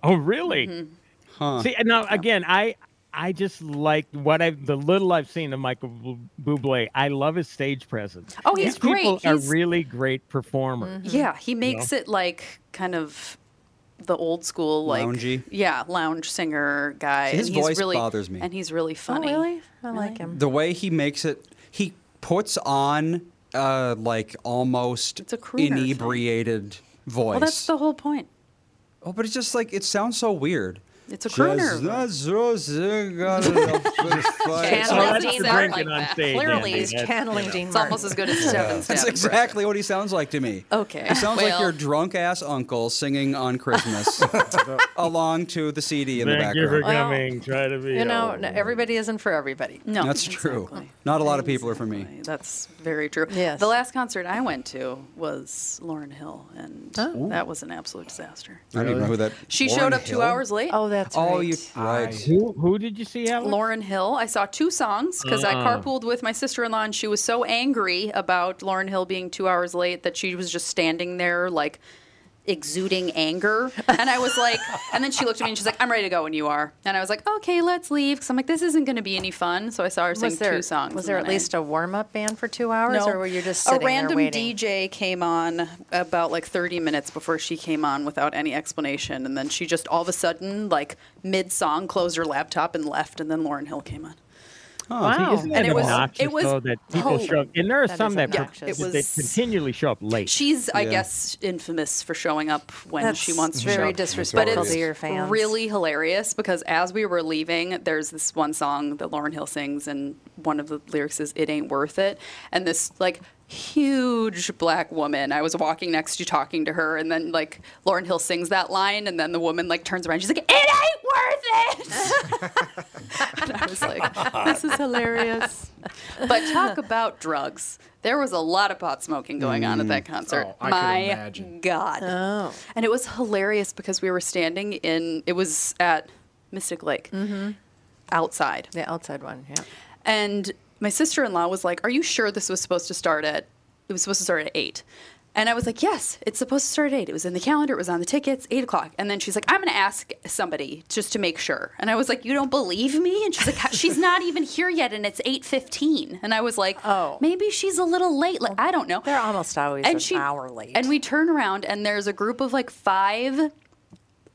Speaker 5: Oh, really?
Speaker 1: Mm-hmm.
Speaker 5: See, now again, I I just like what I the little I've seen of Michael Bu- Bublé. I love his stage presence.
Speaker 1: Oh, he's
Speaker 5: These people
Speaker 1: great.
Speaker 5: are
Speaker 1: He's- Mm-hmm.
Speaker 5: really great performers.
Speaker 1: Yeah, he makes it like kind of the old school like
Speaker 3: Loungy?
Speaker 1: yeah lounge singer guy.
Speaker 3: His
Speaker 1: and he's
Speaker 3: voice
Speaker 1: really,
Speaker 3: bothers me.
Speaker 1: and he's Oh, really funny.
Speaker 7: I like him.
Speaker 3: the way he makes it he puts on uh like almost
Speaker 1: It's a crooner thing.
Speaker 3: inebriated voice
Speaker 1: Well, that's the whole point.
Speaker 3: oh but it's just like it sounds so weird
Speaker 1: It's a crooner. [laughs]
Speaker 7: Channeling
Speaker 3: Oh,
Speaker 5: that's
Speaker 7: Dean
Speaker 5: the drinking
Speaker 7: Martin
Speaker 1: like
Speaker 5: on
Speaker 1: that.
Speaker 5: stage,
Speaker 7: Clearly,
Speaker 5: Andy.
Speaker 7: he's
Speaker 5: That's-
Speaker 7: channeling Dean
Speaker 1: It's almost as good as Seven Steps.
Speaker 3: That's exactly what he sounds like to me.
Speaker 1: Okay.
Speaker 3: He sounds like
Speaker 1: Well-
Speaker 3: your drunk ass uncle singing on
Speaker 5: [laughs]
Speaker 3: Christmas along to the CD in the
Speaker 5: Thank you for
Speaker 3: background.
Speaker 7: Well,
Speaker 5: coming. Try to be.
Speaker 7: You know,
Speaker 5: old.
Speaker 7: n- everybody isn't for everybody.
Speaker 1: No,
Speaker 3: That's true.
Speaker 1: exactly.
Speaker 3: Not a lot of people are for me.
Speaker 1: Exactly. That's very true.
Speaker 7: Yes.
Speaker 1: The last concert I went to was Lauren Hill, and that was an absolute disaster.
Speaker 3: Oh. I don't even know who that.
Speaker 1: She
Speaker 3: Lauryn
Speaker 1: showed up two
Speaker 3: Hill?
Speaker 1: hours late.
Speaker 7: Oh, that's
Speaker 3: Oh,
Speaker 7: right.
Speaker 3: you right.
Speaker 5: Who, who did you see, Alex?
Speaker 1: Lauren Hill. I saw two songs because I carpooled with my sister in law, and she was so angry about Lauren Hill being two hours late that she was just standing there, like exuding anger. And I was like, and then she looked at me and she's like, I'm ready to go when you are. And I was like, okay, let's leave. Because I'm like, this isn't going to be any fun. So I saw her sing
Speaker 7: was there,
Speaker 1: two songs.
Speaker 7: was
Speaker 1: and
Speaker 7: there
Speaker 1: then
Speaker 7: at
Speaker 1: I-
Speaker 7: least a warm up band for two hours, or were you just sitting
Speaker 1: a random
Speaker 7: there waiting?
Speaker 1: DJ came on about like 30 minutes before she came on without any explanation, and then she just all of a sudden like mid song closed her laptop and left, and then Lauren Hill came on.
Speaker 7: Wow.
Speaker 5: Oh, Isn't that
Speaker 1: And it was-
Speaker 5: obnoxious,
Speaker 1: it was-
Speaker 5: though, that people
Speaker 1: oh,
Speaker 5: show up? And there are
Speaker 7: that
Speaker 5: some
Speaker 7: is
Speaker 5: that, pro-
Speaker 7: obnoxious.
Speaker 1: Yeah, it
Speaker 5: that
Speaker 1: was-
Speaker 5: continually show up late.
Speaker 1: She's, I
Speaker 3: Yeah.
Speaker 1: guess, infamous for showing up when
Speaker 7: That's
Speaker 1: she wants to. show
Speaker 7: very
Speaker 1: up.
Speaker 7: disrespectful
Speaker 1: but it's
Speaker 7: to your fans.
Speaker 1: Really hilarious because as we were leaving, there's this one song that Lauren Hill sings, and one of the lyrics is "It ain't worth it," and this like huge black woman. I was walking next to talking to her, and then like Lauren Hill sings that line, and then the woman like turns around, she's like, "It ain't
Speaker 7: [laughs]
Speaker 1: worth it." and I was like, [laughs] "This is hilarious." But talk about drugs. There was a lot of pot smoking
Speaker 11: Mm-hmm.
Speaker 1: going on at that concert.
Speaker 2: Oh, I could
Speaker 1: My
Speaker 2: imagine.
Speaker 1: God.
Speaker 7: Oh.
Speaker 1: And it was hilarious because we were standing in, it was at Mystic Lake
Speaker 7: Mm-hmm.
Speaker 1: outside.
Speaker 7: Mm. The outside one, yeah.
Speaker 1: And my sister in law was like, Are you sure this was supposed to start at, it was supposed to start at eight? And I was like, Yes, it's supposed to start at eight. It was in the calendar, it was on the tickets, eight o'clock. And then she's like, I'm going to ask somebody just to make sure. And I was like, You don't believe me? And she's like, "How- She's not even here yet, and it's 8.15. And I was like,
Speaker 7: Oh.
Speaker 1: Maybe she's a little late. Like, I don't know.
Speaker 7: They're almost always an
Speaker 1: and she,
Speaker 7: hour late.
Speaker 1: And we turn around and there's a group of like five,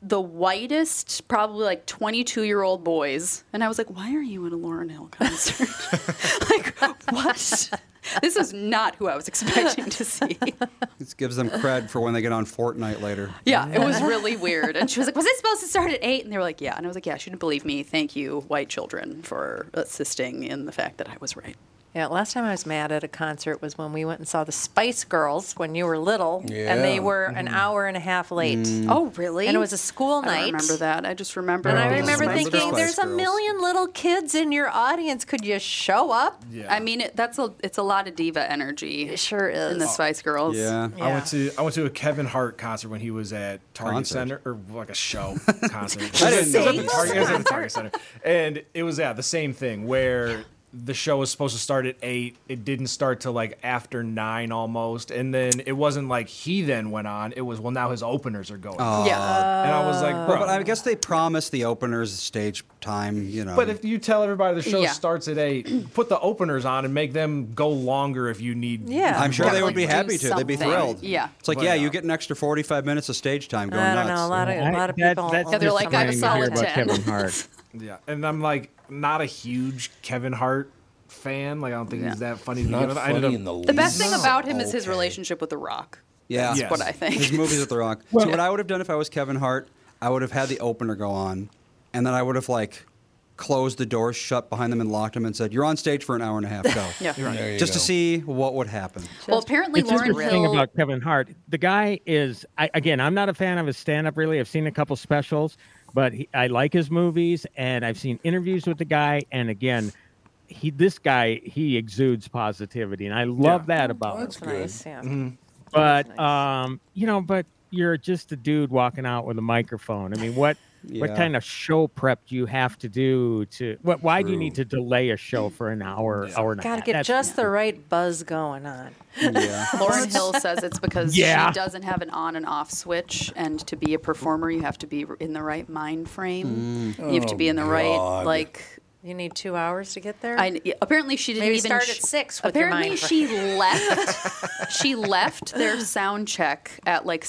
Speaker 1: the whitest, probably like 22 year old boys. And I was like, why are you at a Lauren Hill [laughs] concert? like, what? this is not who I was expecting to see.
Speaker 3: This gives them cred for when they get on Fortnite later.
Speaker 1: Yeah, it was really weird. And she was like, Was it supposed to start at eight? And they were like, Yeah. And I was like, Yeah, she didn't believe me. Thank you, white children, for assisting in the fact that I was right.
Speaker 7: yeah, last time I was mad at a concert was when we went and saw the Spice Girls when you were little, and they
Speaker 8: Yeah.
Speaker 7: were an hour and a half late.
Speaker 1: Mm-hmm. Oh, really?
Speaker 7: And it was a school
Speaker 1: I
Speaker 7: night.
Speaker 1: don't remember that. I just remember.
Speaker 7: And
Speaker 1: all
Speaker 7: I
Speaker 1: the
Speaker 7: remember
Speaker 1: Spice
Speaker 7: thinking,
Speaker 1: Girls.
Speaker 7: there's a
Speaker 3: Girls.
Speaker 7: million little kids in your audience. Could you show up?
Speaker 2: Yeah.
Speaker 1: I mean, it, that's a it's a lot of diva energy.
Speaker 7: It sure is.
Speaker 1: In the Spice Girls.
Speaker 3: Yeah.
Speaker 2: I went
Speaker 7: Yeah.
Speaker 2: to I went to a Kevin Hart concert when he was at Target
Speaker 3: Concert.
Speaker 2: Center or like
Speaker 3: [laughs]
Speaker 2: a show concert.
Speaker 3: I didn't know
Speaker 2: It was at
Speaker 3: this.
Speaker 2: the Target, it was at the Target Center, and it was yeah the same thing where the show was supposed to start at eight. It didn't start till like after nine almost, and then it wasn't like he then went on. It was well now his openers are going,
Speaker 1: Yeah.
Speaker 2: and I was like, bro.
Speaker 3: Oh. But I guess they promised the openers stage time, you know.
Speaker 2: But if you tell everybody the show
Speaker 1: Yeah.
Speaker 2: starts at eight, put the openers on and make them go longer if you need.
Speaker 7: Yeah.
Speaker 3: I'm sure
Speaker 1: Yeah,
Speaker 3: they
Speaker 1: like,
Speaker 3: would be
Speaker 1: do
Speaker 3: happy to. They'd be
Speaker 1: something.
Speaker 3: thrilled.
Speaker 1: Yeah.
Speaker 3: It's like,
Speaker 2: But,
Speaker 3: yeah,
Speaker 2: uh,
Speaker 3: you get an extra 45 minutes of stage time going
Speaker 7: I don't know.
Speaker 3: nuts.
Speaker 7: A lot of, a
Speaker 5: I-
Speaker 7: lot of
Speaker 5: that-
Speaker 7: people.
Speaker 5: that's
Speaker 1: Yeah, they're like, "I'm a
Speaker 5: disappointing to hear
Speaker 1: solid
Speaker 5: about
Speaker 1: 10." [laughs]
Speaker 5: Kevin Hart.
Speaker 2: Yeah, and I'm like not a huge Kevin Hart fan. Like I don't think he's that funny. to begin
Speaker 8: Not
Speaker 2: with. I
Speaker 8: funny
Speaker 2: ended up-
Speaker 8: in the least.
Speaker 1: The best thing about him is his
Speaker 8: Okay.
Speaker 1: relationship with The Rock.
Speaker 3: Yeah.
Speaker 1: That's
Speaker 2: Yes.
Speaker 1: what I think.
Speaker 3: His movies at the Rock. so what I would have done if I was Kevin Hart, I would have had the opener go on, and then I would have like closed the doors shut behind them and locked them and said, "You're on stage for an hour and a half. Go."
Speaker 1: [laughs] Yeah.
Speaker 8: There you
Speaker 3: Just to
Speaker 8: go.
Speaker 3: see what would happen.
Speaker 1: [laughs] Well, apparently
Speaker 5: It's
Speaker 1: Lauren
Speaker 5: interesting
Speaker 1: Hill.
Speaker 5: about Kevin Hart. The guy is I, again. I'm not a fan of his stand-up. Really, I've seen a couple specials, but he, I like his movies, and I've seen interviews with the guy. And again, he this guy he exudes positivity, and I love that about him.
Speaker 8: That's Mm-hmm.
Speaker 7: It's Oh, nice. Yeah.
Speaker 5: But
Speaker 7: nice.
Speaker 5: um, you know, but you're just a dude walking out with a microphone. I mean, what
Speaker 3: Yeah.
Speaker 5: what kind of show prep do you have to do to? What? Why do you
Speaker 8: True.
Speaker 5: need to delay a show for an hour, hour and a half?
Speaker 7: Got to get
Speaker 5: That's-
Speaker 7: just the right buzz going on. [laughs]
Speaker 3: Yeah.
Speaker 1: Lauren Hill says it's because
Speaker 5: Yeah.
Speaker 1: she doesn't have an on and off switch, and to be a performer, you have to be in the right mind frame. You have to be in the
Speaker 8: Oh,
Speaker 1: right
Speaker 8: God.
Speaker 1: like.
Speaker 7: You need two hours to get there.
Speaker 1: I, yeah, apparently she didn't
Speaker 7: Maybe
Speaker 1: even
Speaker 7: start
Speaker 1: sh-
Speaker 7: at six with your
Speaker 1: apparently
Speaker 7: mind [laughs]
Speaker 1: she left. she left their sound check at like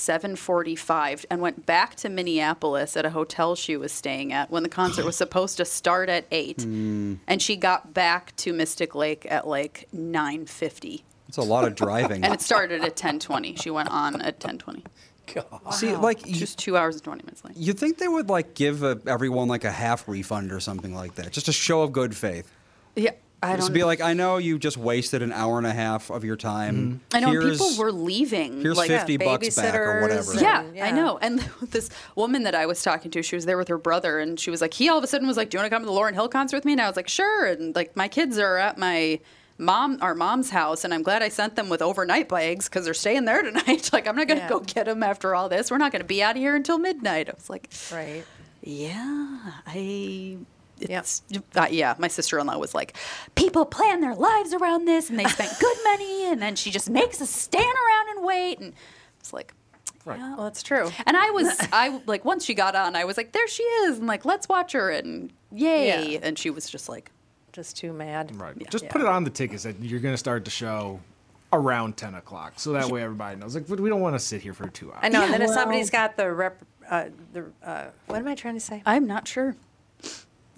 Speaker 1: 7:45 and went back to Minneapolis at a hotel she was staying at when the concert was supposed to start at eight,
Speaker 8: Hmm.
Speaker 3: Hmm.
Speaker 1: and she got back to Mystic Lake at like 9:50.
Speaker 3: It's a lot of driving.
Speaker 1: [laughs] And it started at 10:20. She went on at 10:20.
Speaker 4: God.
Speaker 3: See,
Speaker 1: Wow.
Speaker 3: like, you,
Speaker 1: just two hours and twenty minutes late.
Speaker 3: you'd think they would, like, give uh everyone, like, a half refund or something like that. Just a show of good faith.
Speaker 1: Yeah, I
Speaker 3: Just
Speaker 1: don't.
Speaker 3: be like, I know you just wasted an hour and a half of your time.
Speaker 1: I know and
Speaker 3: Here's-
Speaker 1: people were leaving.
Speaker 3: here's
Speaker 1: like,
Speaker 3: 50 bucks back or
Speaker 7: babysitters
Speaker 3: whatever.
Speaker 1: Yeah,
Speaker 7: and-
Speaker 1: I know. And [laughs] this woman that I was talking to, she was there with her brother, and she was like, he all of a sudden was like, "Do you want to come to the Lauren Hill concert with me?" And I was like, "Sure." And like, my kids are at my mom, our mom's house, and I'm glad I sent them with overnight bags because they're staying there [laughs] tonight. like, I'm not gonna
Speaker 7: Yeah.
Speaker 1: go get them after all this. We're not gonna be out of here until midnight. I was like,
Speaker 7: Right.
Speaker 1: yeah, I. It's, uh, yeah, my sister in law was like, people plan their lives around this and they spent good money, and then she just makes us stand around and wait. And it's like, yeah.
Speaker 7: Well, that's true.
Speaker 1: [laughs] And I was, I like, once she got on, I was like, there she is. And like, let's watch her. And yay.
Speaker 7: Yeah.
Speaker 1: And she was just like,
Speaker 7: Just too mad.
Speaker 2: Right. Just put it on the tickets that you're going to start the show around 10 o'clock. So that way everybody knows. Like, but we don't want to sit here for two hours.
Speaker 7: I know. and
Speaker 1: Yeah,
Speaker 7: then if somebody's
Speaker 1: well-
Speaker 7: got the rep, uh, the uh, what am I trying to say?
Speaker 1: I'm not sure.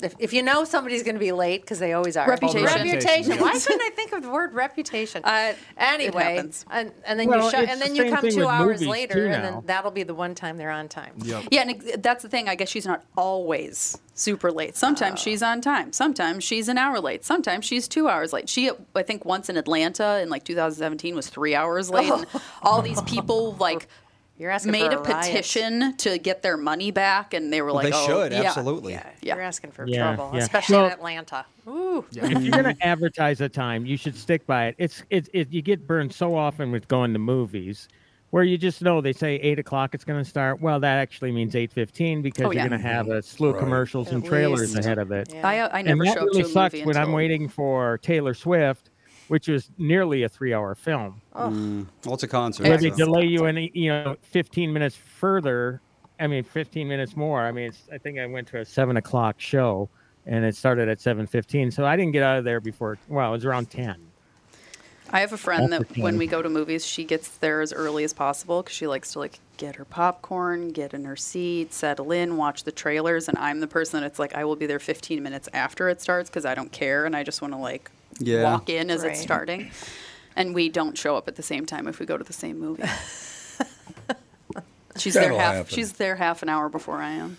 Speaker 7: If, if you know somebody's going to be late, because they always are.
Speaker 1: Reputation.
Speaker 7: Reputation.
Speaker 2: Reputation,
Speaker 7: Why couldn't I think of the word reputation?
Speaker 1: [laughs] Uh, it
Speaker 7: anyway,
Speaker 1: happens.
Speaker 7: and, and then you
Speaker 5: Well,
Speaker 7: shut,
Speaker 5: it's
Speaker 7: and then
Speaker 5: the
Speaker 7: you
Speaker 5: same
Speaker 7: come
Speaker 5: thing
Speaker 7: two
Speaker 5: with
Speaker 7: hours
Speaker 5: movies,
Speaker 7: later,
Speaker 5: too,
Speaker 7: and
Speaker 5: now.
Speaker 7: then that'll be the one time they're on time.
Speaker 2: Yep.
Speaker 1: Yeah, and ex- that's the thing. I guess she's not always super late. Sometimes
Speaker 7: Oh.
Speaker 1: she's on time. Sometimes she's an hour late. Sometimes she's two hours late. She, I think, once in Atlanta in like 2017 was three hours late. And all these people like
Speaker 7: Oh. [laughs] You're asking
Speaker 1: made
Speaker 7: for a
Speaker 1: a,
Speaker 7: riot.
Speaker 1: petition to get their money back, and they were
Speaker 3: Well, they
Speaker 1: like, oh,
Speaker 3: should,
Speaker 1: yeah.
Speaker 3: absolutely.
Speaker 7: Yeah,
Speaker 1: Yeah.
Speaker 7: you're asking for
Speaker 5: Yeah,
Speaker 7: trouble,
Speaker 5: yeah.
Speaker 7: especially
Speaker 5: Well-
Speaker 7: in Atlanta. Ooh,
Speaker 5: if you're
Speaker 1: [laughs]
Speaker 5: going to advertise a time, you should stick by it. It's it, it you get burned so often with going to movies, where you just know they say eight o'clock it's going to start. Well, that actually means eight fifteen because
Speaker 1: Oh,
Speaker 5: you're
Speaker 1: yeah.
Speaker 5: going to have a slew of
Speaker 4: Right.
Speaker 5: commercials and
Speaker 7: At
Speaker 5: trailers
Speaker 7: least.
Speaker 5: ahead of it.
Speaker 7: Yeah.
Speaker 1: I, I never
Speaker 5: and that
Speaker 1: show
Speaker 5: really
Speaker 1: up to a
Speaker 5: sucks
Speaker 1: movie
Speaker 5: when
Speaker 1: until
Speaker 5: I'm waiting for Taylor Swift, which is nearly a three-hour film,
Speaker 1: oh.
Speaker 3: Mm. Well, it's a concert.
Speaker 5: where they
Speaker 3: so-
Speaker 5: delay you in you know 15 minutes further. I mean, 15 minutes more. I mean, it's, I think I went to a seven o'clock show, and it started at 7:15, so I didn't get out of there before. Well, it was around 10.
Speaker 1: I have a friend
Speaker 5: That's
Speaker 1: that
Speaker 5: the
Speaker 1: when
Speaker 5: thing.
Speaker 1: we go to movies, she gets there as early as possible because she likes to like get her popcorn, get in her seat, settle in, watch the trailers. And I'm the person that's like, I will be there 15 minutes after it starts because I don't care and I just want to like
Speaker 3: Yeah.
Speaker 1: walk in as
Speaker 7: Right.
Speaker 1: it's starting. And we don't show up at the same time if we go to the same movie. she's
Speaker 4: That'll
Speaker 1: there half.
Speaker 4: happen.
Speaker 1: She's there half an hour before I am.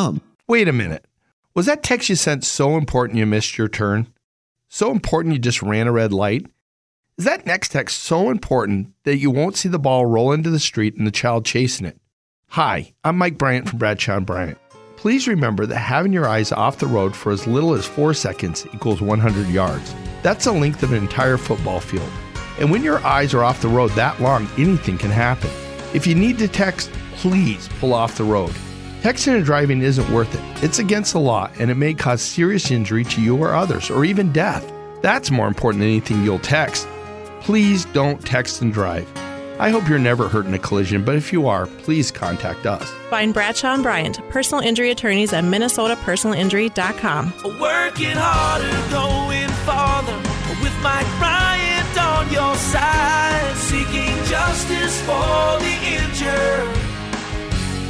Speaker 12: Wait a minute. Was that text you sent so important you missed your turn? So important you just ran a red light? Is that next text so important that you won't see the ball roll into the street and the child chasing it? Hi, I'm Mike Bryant from Bradshaw and Bryant. Please remember that having your eyes off the road for as little as four seconds equals 100 yards. That's the length of an entire football field. And when your eyes are off the road that long, anything can happen. If you need to text, please pull off the road. Texting and driving isn't worth it. It's against the law and it may cause serious injury to you or others, or even death. That's more important than anything you'll text. Please don't text and drive. I hope you're never hurt in a collision, but if you are, please contact us.
Speaker 13: Find Bradshaw and Bryant, personal injury attorneys at minnesotapersonalinjury.com.
Speaker 10: Working harder, going farther, with Mike Bryant on your side, seeking justice for the injured.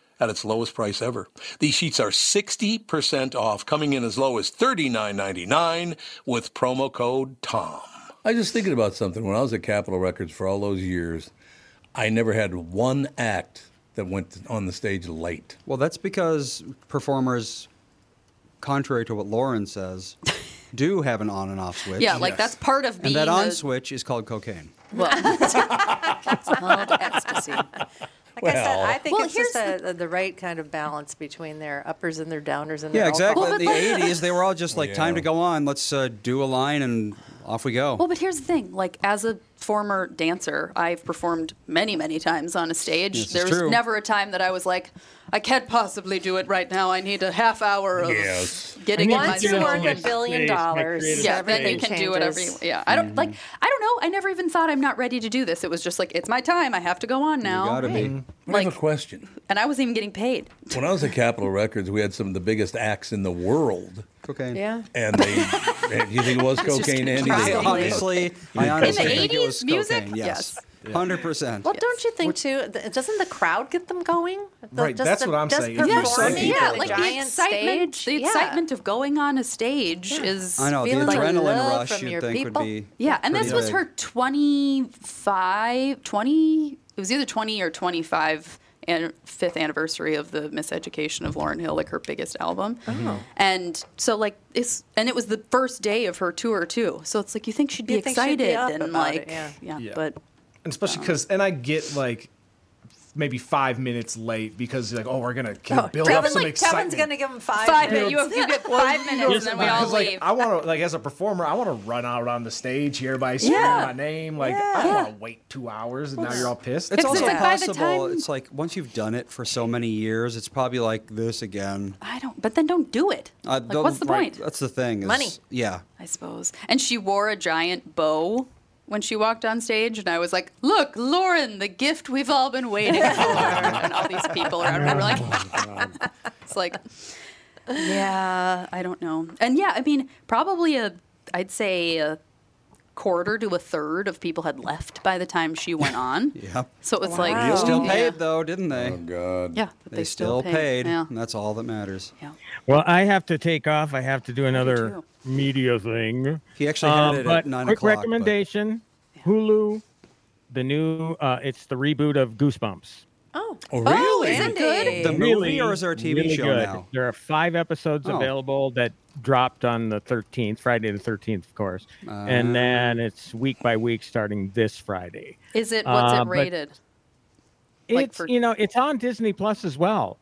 Speaker 8: at its lowest price ever. These sheets are 60% off, coming in as low as $39.99 with promo code TOM. I was just thinking about something. When I was at Capitol Records for all those years, I never had one act that went on the stage late.
Speaker 3: Well, that's because performers, contrary to what Lauren
Speaker 1: [laughs]
Speaker 3: says, do have an on and off switch.
Speaker 1: Yeah, like that's part of being
Speaker 3: And that on
Speaker 1: a-
Speaker 3: switch is called cocaine.
Speaker 1: Well, it's called ecstasy.
Speaker 7: Like I said, I think
Speaker 1: Well,
Speaker 7: it's
Speaker 1: here's
Speaker 7: just a, the, right kind of balance between their uppers and their downers and
Speaker 3: Yeah,
Speaker 7: their
Speaker 3: exactly.
Speaker 7: alcohol.
Speaker 3: the 80s, they were all just like, time
Speaker 8: Yeah.
Speaker 3: to go on. Let's uh, do a line and off we go.
Speaker 1: Well, but here's the thing. Like, as a former dancer, I've performed many, many times on a stage.
Speaker 3: This is
Speaker 1: there was
Speaker 3: true.
Speaker 1: never a time that I was like, I can't possibly do it right now. I need a half hour of
Speaker 8: Yes.
Speaker 1: getting
Speaker 7: Once
Speaker 1: in
Speaker 7: you're
Speaker 1: myself.
Speaker 7: worth a billion dollars,
Speaker 1: yeah, then you
Speaker 7: everything
Speaker 1: can do whatever you.
Speaker 7: changes.
Speaker 1: Yeah, I
Speaker 3: Mm.
Speaker 1: don't like. I don't know. I never even thought I'm not ready to do this. It was just like it's my time. I have to go on now.
Speaker 3: gotta be. Mhm.
Speaker 8: I have a question.
Speaker 1: And I wasn't even getting paid.
Speaker 8: When I was at Capitol Records, we had some of the biggest acts in the world.
Speaker 3: Cocaine.
Speaker 7: Yeah.
Speaker 8: And they,
Speaker 1: [laughs]
Speaker 8: and you think it was
Speaker 1: It's just
Speaker 8: cocaine, Andy?
Speaker 1: probably.
Speaker 3: Honestly,
Speaker 8: In
Speaker 3: I
Speaker 8: the
Speaker 3: honestly think it
Speaker 1: 80s
Speaker 3: was
Speaker 1: music?
Speaker 3: cocaine. Yes.
Speaker 1: Yes.
Speaker 3: 100%.
Speaker 7: Well, don't you think too? th- Doesn't the crowd get them going? The-
Speaker 2: Right,
Speaker 7: just
Speaker 2: that's
Speaker 7: the-
Speaker 2: what I'm
Speaker 7: just
Speaker 2: saying. If you're
Speaker 7: Performing
Speaker 2: singing,
Speaker 7: at
Speaker 1: Yeah,
Speaker 2: the
Speaker 1: like the
Speaker 7: giant
Speaker 1: excitement,
Speaker 7: stage.
Speaker 1: the
Speaker 7: Yeah.
Speaker 1: excitement of going on a stage is.
Speaker 3: I know, the
Speaker 7: Feeling like
Speaker 3: adrenaline
Speaker 7: love
Speaker 3: rush
Speaker 7: from
Speaker 3: you'd
Speaker 7: your
Speaker 3: think
Speaker 7: people.
Speaker 3: would be.
Speaker 1: Yeah, and this
Speaker 3: pretty
Speaker 1: was
Speaker 3: big.
Speaker 1: her 25, 20, it was either 20 or 25 and fifth anniversary of the miseducation of Lauren Hill, like her biggest album.
Speaker 3: Mm-hmm.
Speaker 1: And so like it's and it was the first day of her tour too. So it's like you think she'd be
Speaker 7: You'd think she'd
Speaker 1: excited
Speaker 7: be up
Speaker 1: and
Speaker 7: about it,
Speaker 1: like
Speaker 7: yeah.
Speaker 2: Yeah.
Speaker 1: but
Speaker 2: And especially
Speaker 7: uh,
Speaker 2: because, and I get like maybe five minutes late because like, oh, we're gonna can build up
Speaker 7: Tevin's
Speaker 2: some
Speaker 7: like,
Speaker 2: excitement.
Speaker 7: Tevin's gonna give them five.
Speaker 1: five
Speaker 7: minutes.
Speaker 1: minutes. You, have, you get five minutes and then we all
Speaker 2: Because, like,
Speaker 1: leave.
Speaker 2: I want to, like, as a performer, I want to run out on the stage here by screaming
Speaker 1: Yeah.
Speaker 2: my name. Like, I don't want to wait two hours, and now you're all pissed.
Speaker 3: It's
Speaker 1: Because
Speaker 3: also
Speaker 1: it's like by the
Speaker 3: possible.
Speaker 1: time-
Speaker 3: It's like once you've done it for so many years, it's probably like this again.
Speaker 1: I don't but then don't do it.
Speaker 3: Uh,
Speaker 1: Like,
Speaker 3: the-
Speaker 1: what's the
Speaker 3: right,
Speaker 1: point?
Speaker 3: That's the thing. is-
Speaker 7: Money.
Speaker 3: Yeah.
Speaker 1: I suppose. And she wore a giant bow when she walked on stage, and I was like, "Look, Lauren, the gift we've all been waiting for."
Speaker 7: [laughs]
Speaker 1: and all these people around me were like, "It's like, yeah, I don't know." And yeah, I mean, probably a, I'd say a quarter to a third of people had left by the time she
Speaker 8: [laughs]
Speaker 1: went on.
Speaker 3: Yeah.
Speaker 1: So it was
Speaker 7: Wow.
Speaker 1: like
Speaker 3: Still
Speaker 1: yeah.
Speaker 3: paid though, didn't they?
Speaker 8: God.
Speaker 1: Yeah, but
Speaker 3: They,
Speaker 1: they,
Speaker 3: still, paid.
Speaker 1: Yeah.
Speaker 3: And that's all that matters.
Speaker 1: yeah.
Speaker 5: Well, I have to take off. I have to do another
Speaker 1: too.
Speaker 5: media thing.
Speaker 3: He actually had
Speaker 5: Um,
Speaker 3: it
Speaker 5: but
Speaker 3: at nine
Speaker 5: quick
Speaker 3: o'clock. but-
Speaker 5: recommendation: Hulu, the new. Uh, it's the reboot of Goosebumps.
Speaker 7: Oh,
Speaker 1: Oh,
Speaker 7: is it good?
Speaker 3: The movie or is there a TV
Speaker 5: really
Speaker 3: show
Speaker 5: good.
Speaker 3: now?
Speaker 5: There are five episodes
Speaker 3: Oh.
Speaker 5: available that dropped on the 13th, Friday the 13th, of course,
Speaker 3: Ah.
Speaker 5: and then it's week by week starting this Friday.
Speaker 1: Is it what's
Speaker 5: Uh,
Speaker 1: it
Speaker 5: but-
Speaker 1: rated? Like
Speaker 5: It's
Speaker 1: for-
Speaker 5: you know it's on Disney Plus as well.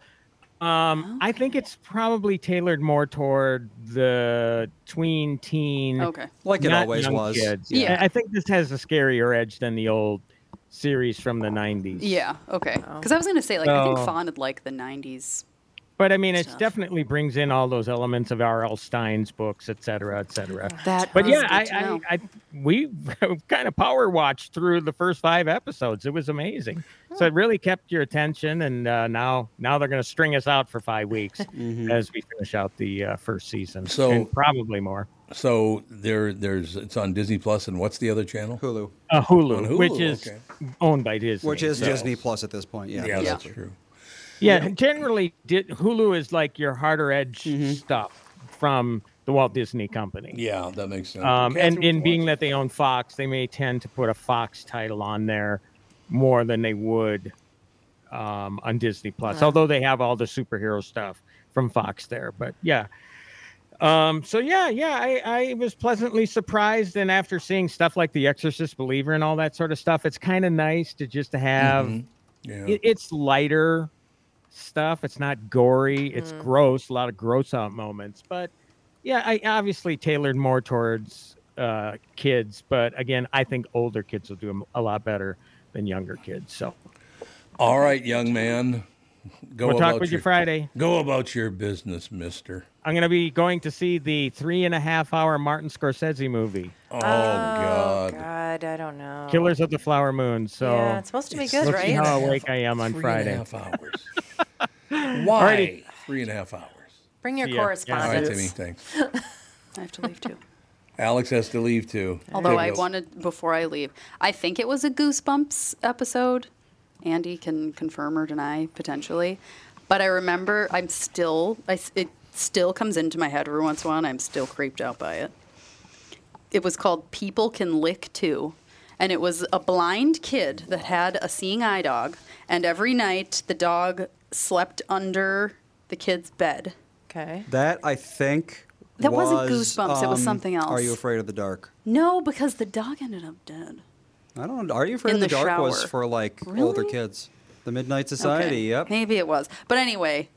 Speaker 5: Um, I think it's probably tailored more toward the tween teen.
Speaker 1: Okay.
Speaker 3: Like it
Speaker 5: not
Speaker 3: always
Speaker 5: young
Speaker 3: was.
Speaker 5: Kids.
Speaker 1: Yeah.
Speaker 5: I I think this has a scarier edge than the old series from the 90s.
Speaker 1: Yeah. Okay.
Speaker 7: Oh.
Speaker 1: Because I was gonna say, like, I think
Speaker 5: So-
Speaker 1: Fawn had like the '90s
Speaker 5: But I mean, it
Speaker 1: Stuff.
Speaker 5: definitely brings in all those elements of R.L. Stein's books, et cetera, et cetera.
Speaker 1: That
Speaker 5: But
Speaker 1: was
Speaker 5: yeah,
Speaker 1: good
Speaker 5: I,
Speaker 1: to know.
Speaker 5: I, I, we [laughs] kind of power watched through the first five episodes. It was amazing.
Speaker 1: Oh.
Speaker 5: So it really kept your attention, and uh, now now they're going to string us out for five
Speaker 1: [laughs]
Speaker 5: weeks
Speaker 1: Mm-hmm.
Speaker 5: as we finish out the uh, first season.
Speaker 8: So-
Speaker 5: and probably more
Speaker 8: So there, there's it's on Disney Plus, and what's the other channel?
Speaker 3: Hulu,
Speaker 5: uh, Hulu,
Speaker 8: On Hulu,
Speaker 5: which is oh,
Speaker 8: okay.
Speaker 5: owned by Disney,
Speaker 3: which is
Speaker 8: Yeah.
Speaker 3: Disney Plus at this point. Yeah.
Speaker 8: Yeah,
Speaker 1: Yeah.
Speaker 8: that's true.
Speaker 5: Yeah, generally, di- Hulu is like your harder edge
Speaker 1: Mm-hmm.
Speaker 5: stuff from the Walt Disney Company.
Speaker 8: Yeah, that makes sense.
Speaker 5: Um,
Speaker 8: Okay,
Speaker 5: and
Speaker 8: that's
Speaker 5: in
Speaker 8: what
Speaker 5: being
Speaker 8: it was.
Speaker 5: that they own Fox, they may tend to put a Fox title on there more than they would um, on Disney Plus. Although they have all the superhero stuff from Fox there, but yeah. Um, so yeah, yeah, I, I was
Speaker 2: [laughs]
Speaker 5: pleasantly surprised, and after seeing stuff like The Exorcist, Believer, and all that sort of stuff, it's kind of nice to just have
Speaker 8: yeah.
Speaker 5: it, it's lighter stuff. It's not gory. It's gross. A lot of gross out moments. But yeah, I obviously tailored more towards uh, kids. But again, I think older kids will do 'em a lot better than younger kids. So
Speaker 8: All right, young man, go
Speaker 5: we'll
Speaker 8: about
Speaker 5: talk with you
Speaker 8: your
Speaker 5: Friday.
Speaker 8: Go about your business, Mister.
Speaker 5: I'm going to be going to see the three and a half hour Martin Scorsese movie,
Speaker 8: Oh,
Speaker 7: Oh
Speaker 8: God.
Speaker 7: God, I don't know.
Speaker 5: Killers of the Flower Moon. So
Speaker 7: Yeah, it's supposed to be good,
Speaker 5: let's see
Speaker 7: right?
Speaker 5: how awake I am on
Speaker 8: Three
Speaker 5: Friday.
Speaker 8: and a half hours. Why three and a half hours?
Speaker 7: Bring your
Speaker 5: Yeah.
Speaker 8: All right,
Speaker 7: correspondence.
Speaker 8: Timmy. Thanks.
Speaker 1: [laughs] I have to leave too.
Speaker 8: Alex has to leave too.
Speaker 1: Although I
Speaker 8: Goodness.
Speaker 1: wanted before I leave, I think it was a Goosebumps episode. Andy can confirm or deny potentially, But I remember I'm still, I s it still comes into my head every once in a while, and I'm still creeped out by it. It was called People Can Lick Too. And it was a blind kid that had a seeing eye dog. And every night the dog slept under the kid's bed.
Speaker 7: Okay.
Speaker 3: That I think.
Speaker 1: That
Speaker 3: was,
Speaker 1: wasn't Goosebumps, it was
Speaker 3: um,
Speaker 1: something
Speaker 3: Are you
Speaker 1: else.
Speaker 3: afraid of the dark?
Speaker 1: No, because the dog ended up dead.
Speaker 3: I don't. know. Are you afraid
Speaker 1: In
Speaker 3: of the,
Speaker 1: the
Speaker 3: dark? Was
Speaker 1: shower.
Speaker 3: for like older kids. The Midnight
Speaker 1: Okay.
Speaker 3: Society. Yep.
Speaker 1: Maybe it was. But anyway,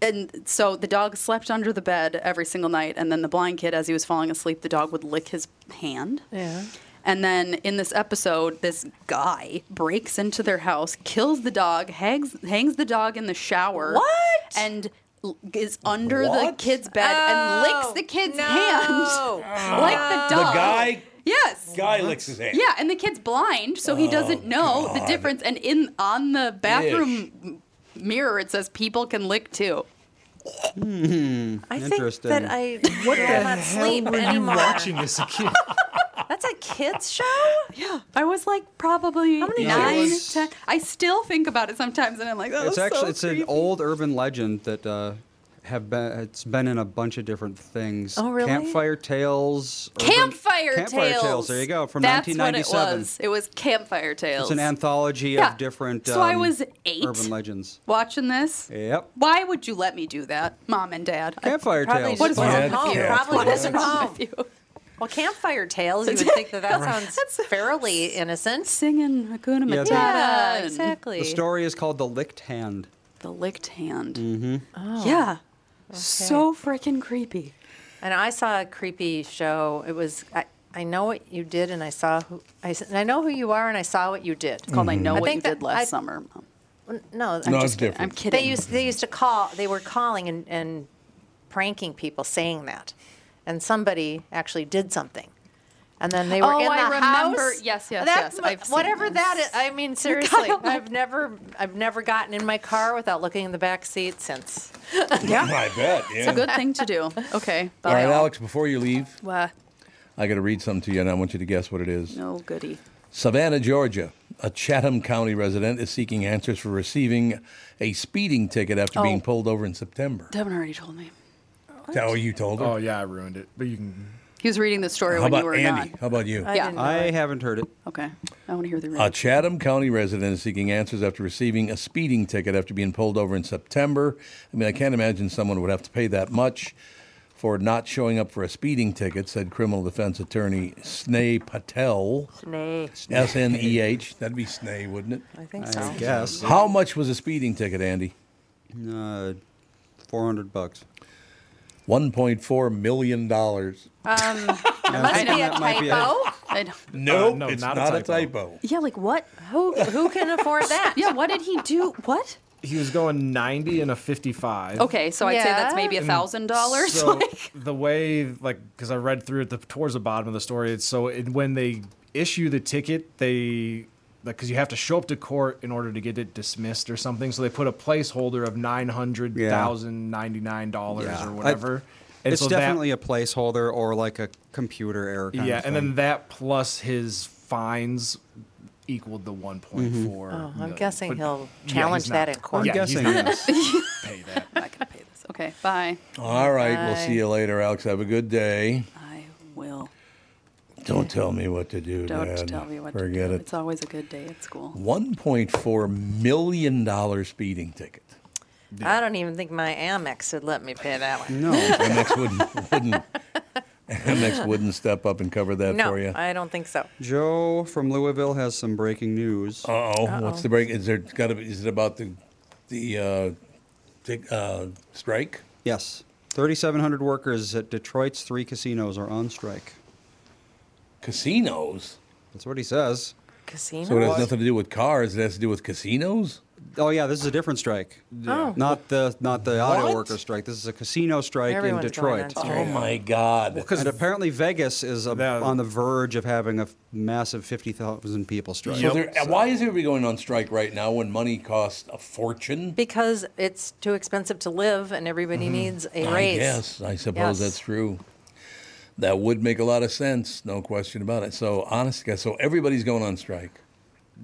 Speaker 1: and so the dog slept under the bed every single night, and then the blind kid, as he was falling asleep, the dog would lick his hand.
Speaker 7: Yeah.
Speaker 1: And then in this episode, this guy breaks into their house, kills the dog, hangs hangs the dog in the shower. What? And l- is under
Speaker 10: What?
Speaker 1: the kid's bed and licks the kid's hand [laughs] like the
Speaker 4: The
Speaker 1: dog.
Speaker 4: guy.
Speaker 1: Yes.
Speaker 4: Guy licks his hand.
Speaker 1: Yeah, and the kid's blind, so he doesn't
Speaker 3: Oh,
Speaker 1: know the difference. And in on the bathroom m- mirror, it says people can lick too.
Speaker 3: Hmm.
Speaker 7: I think
Speaker 3: Interesting.
Speaker 7: that
Speaker 1: [laughs]
Speaker 7: I what will not sleep anymore.
Speaker 2: as a kid?
Speaker 7: That's a kids show.
Speaker 1: Yeah, I was like probably
Speaker 3: many
Speaker 1: nine,
Speaker 3: kids?
Speaker 1: ten. I still think about it sometimes, and I'm like, that
Speaker 3: it's
Speaker 1: was
Speaker 3: actually
Speaker 1: so
Speaker 3: it's an old urban legend that uh, have been it's been in a bunch of different things.
Speaker 1: Oh, really?
Speaker 3: Campfire tales. urban-
Speaker 1: Campfire,
Speaker 3: Campfire
Speaker 1: Tales.
Speaker 3: There you go. From
Speaker 1: That's
Speaker 3: 1997.
Speaker 1: what it was. It was Campfire Tales.
Speaker 3: It's an anthology
Speaker 1: Yeah.
Speaker 3: of different.
Speaker 1: So I
Speaker 3: um,
Speaker 1: was eight.
Speaker 3: Urban legends.
Speaker 1: Watching this,
Speaker 3: Yep.
Speaker 1: why would you let me do that, mom and dad? I-
Speaker 3: Campfire Tales.
Speaker 1: What is wrong
Speaker 3: Yeah,
Speaker 1: with you?
Speaker 3: yeah.
Speaker 7: Probably
Speaker 1: What is
Speaker 7: wasn't
Speaker 1: wrong
Speaker 7: wrong.
Speaker 1: with you?
Speaker 7: Well, campfire tales. You would think that that
Speaker 3: Right.
Speaker 7: sounds fairly innocent.
Speaker 1: Singing Hakuna
Speaker 3: Yeah,
Speaker 1: Matata.
Speaker 3: the-
Speaker 7: Yeah,
Speaker 1: and-
Speaker 7: uh, exactly.
Speaker 3: The story is called The Licked Hand.
Speaker 1: The licked hand. Oh.
Speaker 3: Mm-hmm.
Speaker 1: Yeah.
Speaker 7: Oh,
Speaker 1: So freaking creepy.
Speaker 7: And I saw a creepy show. It was I, I know what you did, and I saw who I, s- and I know who you are, and I saw what you did.
Speaker 1: It's called I Know What You
Speaker 7: think that
Speaker 1: Did Last
Speaker 7: I-
Speaker 1: Summer. Mom.
Speaker 7: N- No,
Speaker 1: No, it's different. I'm kidding.
Speaker 7: They used they used to call. They were calling and, and pranking people, saying that, and somebody actually did something, and then they were
Speaker 1: Oh,
Speaker 7: in the
Speaker 1: I remember.
Speaker 7: house.
Speaker 1: Yes, yes,
Speaker 7: That-
Speaker 1: yes. I've seen
Speaker 7: whatever that
Speaker 1: this.
Speaker 7: is. I mean, seriously, I've never I've never gotten in my car without looking in the back seat since.
Speaker 4: I bet. Yeah.
Speaker 1: It's Ah, a good thing
Speaker 7: [laughs]
Speaker 1: to do. Okay.
Speaker 4: All right,
Speaker 1: Bye.
Speaker 4: Alex. Before you leave,
Speaker 1: Wah.
Speaker 4: I got to read something to you, and I want you to guess what it is.
Speaker 1: No oh, goody.
Speaker 4: Savannah, Georgia. A Chatham County resident is seeking answers for receiving a speeding ticket after
Speaker 1: Oh.
Speaker 4: being pulled over in September.
Speaker 1: Devin already told me.
Speaker 4: Oh, you told her?
Speaker 2: Oh yeah, I ruined it. But you can.
Speaker 1: He was reading the story
Speaker 4: How
Speaker 1: when
Speaker 4: about
Speaker 1: you were
Speaker 4: Andy? Uh,
Speaker 1: gone.
Speaker 4: How about you?
Speaker 1: I Yeah. didn't know
Speaker 3: I
Speaker 1: it.
Speaker 3: haven't heard it.
Speaker 1: Okay. I want to hear the
Speaker 4: A
Speaker 1: reading.
Speaker 4: [laughs] Chatham County resident is seeking answers after receiving a speeding ticket after being pulled over in September. I mean, I can't imagine someone would have to pay that much for not showing up for a speeding ticket, said criminal defense attorney Sneh Patel. S N E H. That'd be Sneh, wouldn't it?
Speaker 7: I think
Speaker 3: I so. guess.
Speaker 4: How much was a speeding ticket, Andy?
Speaker 3: Uh, Four hundred bucks.
Speaker 4: One point four million dollars.
Speaker 7: Um,
Speaker 3: Yeah,
Speaker 7: must
Speaker 3: I
Speaker 7: be a
Speaker 3: think that might be it.
Speaker 7: typo.
Speaker 1: I don't-
Speaker 4: No,
Speaker 2: Uh, no,
Speaker 4: it's
Speaker 2: not
Speaker 4: not,
Speaker 2: a
Speaker 4: a typo.
Speaker 1: yeah, like what?
Speaker 7: Who who can
Speaker 1: [laughs]
Speaker 7: afford that?
Speaker 1: Yeah, what did he do? What?
Speaker 2: He was going 90 and a 55.
Speaker 1: Okay, so I'd say that's
Speaker 7: Yeah.
Speaker 1: maybe a thousand
Speaker 4: [laughs]
Speaker 1: dollars. [laughs]
Speaker 2: So the way, like, because I read through it the, towards the bottom of the story, it's so it, when they issue the ticket, they like because you have to show up to court in order to get it dismissed or something. So they put a placeholder of nine hundred thousand ninety nine dollars
Speaker 3: Yeah.
Speaker 2: or
Speaker 3: I-
Speaker 2: whatever. and
Speaker 3: it's
Speaker 2: so that-
Speaker 3: definitely a placeholder or like a computer error. Kind
Speaker 2: yeah,
Speaker 3: of
Speaker 2: and
Speaker 3: thing.
Speaker 2: then that plus his fines equaled the one four.
Speaker 7: Oh, I'm guessing he'll
Speaker 2: he's
Speaker 7: challenge that
Speaker 2: not-
Speaker 7: in court.
Speaker 2: yeah, he's
Speaker 3: guessing
Speaker 2: not
Speaker 3: yes.
Speaker 2: gonna-
Speaker 1: [laughs] Okay, bye.
Speaker 4: All right, we'll
Speaker 1: Bye.
Speaker 4: see you later, Alex. Have a good day.
Speaker 1: I will.
Speaker 4: Don't tell me what to do,
Speaker 1: Don't
Speaker 4: Dad.
Speaker 1: tell me what to
Speaker 4: Forget
Speaker 1: do.
Speaker 4: it.
Speaker 1: It's always a good day at school.
Speaker 4: $1.4 million speeding ticket.
Speaker 7: I don't even think my Amex would let me pay
Speaker 4: [laughs]
Speaker 7: that one.
Speaker 3: No.
Speaker 4: MX wouldn't, wouldn't, MX wouldn't step up and cover that
Speaker 7: no,
Speaker 4: for you.
Speaker 7: I don't think so.
Speaker 3: Joe from Louisville has some breaking news.
Speaker 4: Uh oh. What's the break? Is there got to be, is it about the, the, uh, tic- uh, strike?
Speaker 3: Yes. 3,700 workers at Detroit's three casinos are on strike.
Speaker 4: Casinos?
Speaker 3: That's what he says.
Speaker 7: Casino.
Speaker 4: So it has nothing to do with cars. It has to do with casinos?
Speaker 3: Oh yeah, this is a different strike.
Speaker 7: Oh.
Speaker 3: Not the not the auto
Speaker 4: What?
Speaker 3: worker strike. This is a casino strike
Speaker 7: Everyone's
Speaker 3: in
Speaker 7: going
Speaker 3: Detroit.
Speaker 7: on
Speaker 4: Oh, my God.
Speaker 3: and apparently Vegas is a, on the verge of having a f- massive 50,000 people strike.
Speaker 4: So there- Why is everybody going on strike right now when money costs a fortune?
Speaker 7: Because it's too expensive to live and everybody needs a raise.
Speaker 4: Yes, Mm-hmm. I suppose
Speaker 7: Yes.
Speaker 4: that's true. That would make a lot of sense, no question about it. So, honest guess, so everybody's going on strike.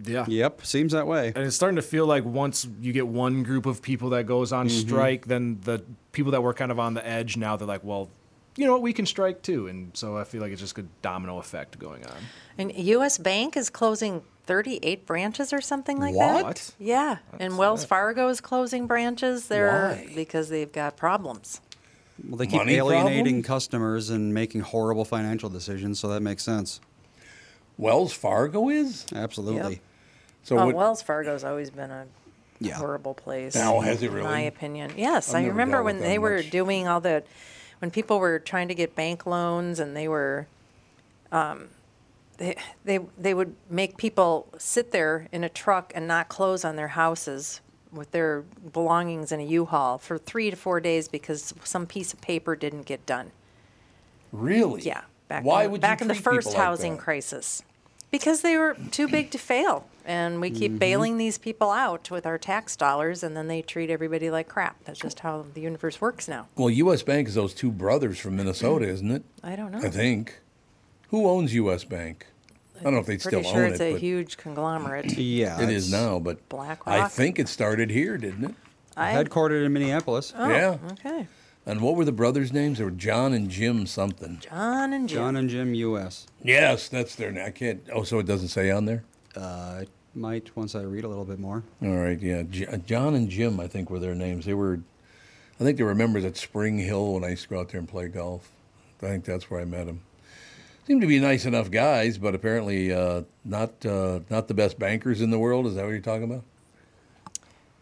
Speaker 2: Yeah.
Speaker 3: Yep. Seems that way.
Speaker 2: And it's starting to feel like once you get one group of people that goes on
Speaker 3: Mhm.
Speaker 2: strike, then the people that were kind of on the edge now they're like, well, you know what, we can strike too. And so I feel like it's just a domino effect going on.
Speaker 7: And U.S. Bank is closing 38 branches or something like that.
Speaker 2: What?
Speaker 7: Yeah, and Wells Fargo is closing branches. They're because they've got problems.
Speaker 3: Well, they keep
Speaker 4: Money
Speaker 3: alienating
Speaker 4: problem?
Speaker 3: customers and making horrible financial decisions, so that makes sense.
Speaker 4: Wells Fargo is
Speaker 3: absolutely.
Speaker 7: Yep. Oh, well, Wells Fargo's always been a
Speaker 3: Yeah.
Speaker 7: horrible place.
Speaker 3: Now, has it
Speaker 7: In my
Speaker 3: really?
Speaker 7: opinion, yes.
Speaker 3: I've
Speaker 7: I
Speaker 3: never
Speaker 7: remember
Speaker 3: dealt with
Speaker 7: when
Speaker 3: that
Speaker 7: they were
Speaker 3: much.
Speaker 7: doing all the, when people were trying to get bank loans and they were, um, they they they would make people sit there in a truck and not close on their houses with their belongings in a U-Haul for three to four days because some piece of paper didn't get done.
Speaker 4: Really?
Speaker 7: Yeah. Back
Speaker 4: Why
Speaker 7: in, the-
Speaker 4: would you
Speaker 7: back in the
Speaker 4: treat people
Speaker 7: first
Speaker 4: like
Speaker 7: housing
Speaker 4: that?
Speaker 7: crisis? Because they were too big to fail, and we keep
Speaker 4: Mhm.
Speaker 7: bailing these people out with our tax dollars, and then they treat everybody like crap. That's just how the universe works now.
Speaker 4: Well, U.S. Bank is those two brothers from Minnesota, isn't it?
Speaker 7: Hmm. I don't know.
Speaker 4: I think. Who owns U.S. Bank? I don't know if they still
Speaker 7: Pretty sure
Speaker 4: own
Speaker 7: it's
Speaker 4: it.
Speaker 7: a
Speaker 4: but
Speaker 7: huge conglomerate.
Speaker 4: it is now. But I
Speaker 7: BlackRock.
Speaker 4: think it started here, didn't it?
Speaker 7: I-
Speaker 3: Headquartered in Minneapolis.
Speaker 7: Oh,
Speaker 4: yeah.
Speaker 7: Okay.
Speaker 4: And what were the brothers' names? They were John and Jim something.
Speaker 7: John and Jim.
Speaker 3: John and Jim U.S.
Speaker 4: Yes, that's their name. I can't. Oh, so it doesn't say on there.
Speaker 3: Uh, it might once I read a little bit more.
Speaker 4: All right, yeah. J- uh, John and Jim, I think, were their names. They were, I think they were members at Spring Hill when I used to go out there and play golf. I think that's where I met them. Seemed to be nice enough guys, but apparently uh, not uh, not the best bankers in the world. Is that what you're talking about?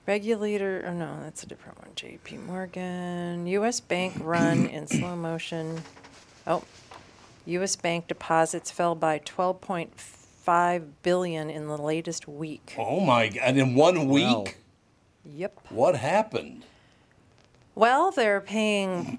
Speaker 7: Regulator, oh no, that's a different one. J.P. Morgan, U.S. Bank
Speaker 4: [coughs]
Speaker 7: run in slow motion. Oh, U.S. Bank deposits fell by 12.5 billion in the latest week.
Speaker 4: Oh my God! In one week,
Speaker 7: Yep.
Speaker 4: what happened?
Speaker 7: Well, they're paying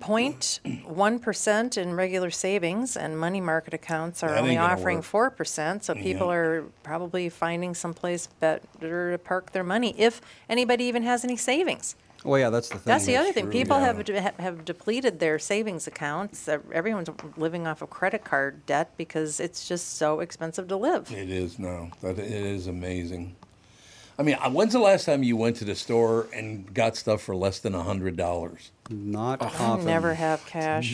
Speaker 7: 0.1% in regular savings, and money market accounts are
Speaker 4: That ain't
Speaker 7: only
Speaker 4: gonna
Speaker 7: offering
Speaker 4: work.
Speaker 7: 4%. So people
Speaker 4: Yeah.
Speaker 7: are probably finding someplace better to park their money if anybody even has any savings.
Speaker 3: Well, Oh, yeah, that's the thing.
Speaker 7: That's the other thing.
Speaker 3: true,
Speaker 7: People
Speaker 3: yeah.
Speaker 7: have have have depleted their savings accounts. Uh, Everyone's living off of credit card debt because it's just so expensive to live.
Speaker 4: It is now. That it is amazing. I mean, I- when's the last time you went to the store and got stuff for less than hundred dollars?
Speaker 3: Not
Speaker 7: I never have cash.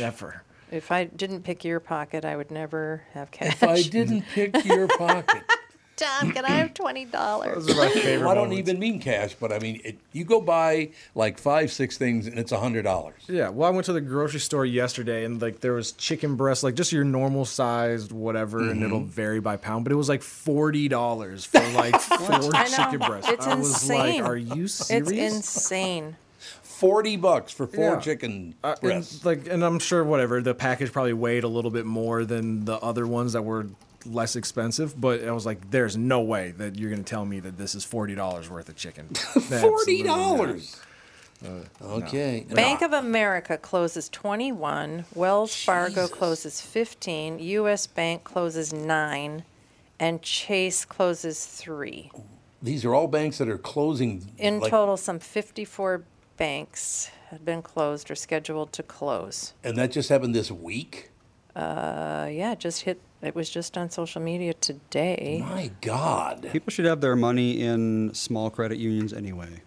Speaker 7: If I didn't pick your pocket, I would never have cash.
Speaker 4: If I didn't pick your pocket.
Speaker 7: [laughs] Tom, can I have twenty dollars?
Speaker 4: [coughs] I don't even mean cash, but I mean it, you go buy like five, six things, and it's a hundred dollars.
Speaker 2: Yeah, well, I went to the grocery store yesterday, and like there was chicken breast, like just your normal sized whatever, and it'll
Speaker 3: Mm-hmm.
Speaker 4: Mhm.
Speaker 2: vary by pound, but it was like forty dollars for
Speaker 3: [laughs]
Speaker 2: like four
Speaker 7: [laughs] I know.
Speaker 2: chicken breasts.
Speaker 7: It's
Speaker 2: I was
Speaker 7: insane.
Speaker 2: like, "Are you serious?"
Speaker 7: It's insane.
Speaker 4: Forty bucks for four
Speaker 2: Yeah.
Speaker 4: chicken
Speaker 2: Uh, and,
Speaker 4: breasts.
Speaker 2: like, and I'm sure whatever the package probably weighed a little bit more than the other ones that were less expensive. But I was like, "There's no way that you're going to tell me that this is forty dollars worth
Speaker 4: [laughs]
Speaker 2: of chicken." Absolutely not.
Speaker 4: $40?
Speaker 2: Uh, no.
Speaker 4: Okay.
Speaker 7: Bank of America closes 21, Wells Fargo closes 15, U.S. Bank closes 9, and Chase closes 3.
Speaker 4: These are all banks that are closing
Speaker 7: In
Speaker 4: like-
Speaker 7: total, some 54 banks had been closed or scheduled to close.
Speaker 4: and that just happened this week.
Speaker 7: Uh, yeah, it just hit. It was just on social media today.
Speaker 4: My God.
Speaker 3: People should have their money in small credit unions anyway.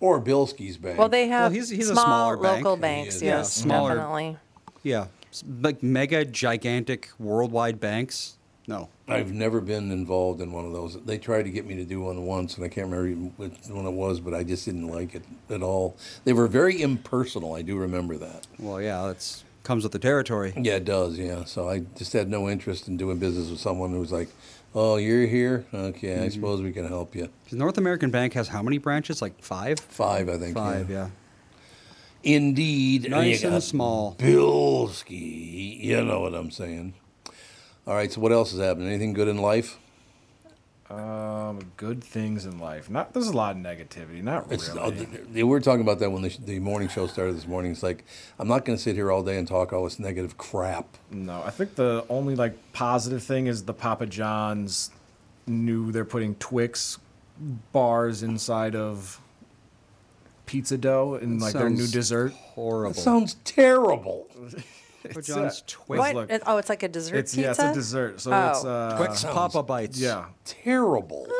Speaker 4: Or Bilski's bank.
Speaker 7: Well, they have
Speaker 3: he's, he's
Speaker 7: small
Speaker 3: a smaller bank.
Speaker 7: local banks. Yes,
Speaker 3: smaller.
Speaker 7: definitely.
Speaker 3: Yeah, S- like mega gigantic worldwide banks. No,
Speaker 4: I've never been involved in one of those. They tried to get me to do one once, and I can't remember even which one it was, but I just didn't like it at all. They were very impersonal. I do remember that.
Speaker 3: Well, yeah, that's comes with the territory.
Speaker 4: Yeah, it does. Yeah. So I just had no interest in doing business with someone who was like, "Oh, you're here? Okay, I
Speaker 3: Mhm.
Speaker 4: suppose we can help you."
Speaker 3: 'Cause North American Bank has how many branches? Like five.
Speaker 4: Five, I think.
Speaker 3: Five, yeah.
Speaker 4: Indeed. And
Speaker 3: Nice
Speaker 4: you
Speaker 3: and
Speaker 4: got
Speaker 3: small.
Speaker 4: Bilski. You know what I'm saying. All right. So what else has happened? Anything good in life?
Speaker 2: Um, good things in life. Not there's a lot of negativity. Not
Speaker 4: It's, uh,
Speaker 2: really.
Speaker 4: th- th- we were talking about that when the, sh- the morning show started this morning. It's like I'm not going to sit here all day and talk all this negative crap.
Speaker 2: No, I think the only like positive thing is the Papa John's knew they're putting Twix bars inside of pizza dough and
Speaker 4: That
Speaker 2: like their new
Speaker 4: sounds
Speaker 2: dessert.
Speaker 3: Horrible.
Speaker 4: That sounds terrible.
Speaker 3: Papa John's
Speaker 2: uh,
Speaker 3: Twix.
Speaker 7: What?
Speaker 2: look.
Speaker 7: It- oh, it's like a dessert
Speaker 2: It's- yeah, it's a
Speaker 7: pizza?
Speaker 2: dessert, so
Speaker 7: oh.
Speaker 2: it's, uh,
Speaker 3: Twix
Speaker 2: sounds-
Speaker 3: Papa Bites.
Speaker 2: Yeah.
Speaker 4: Terrible.
Speaker 7: Uh,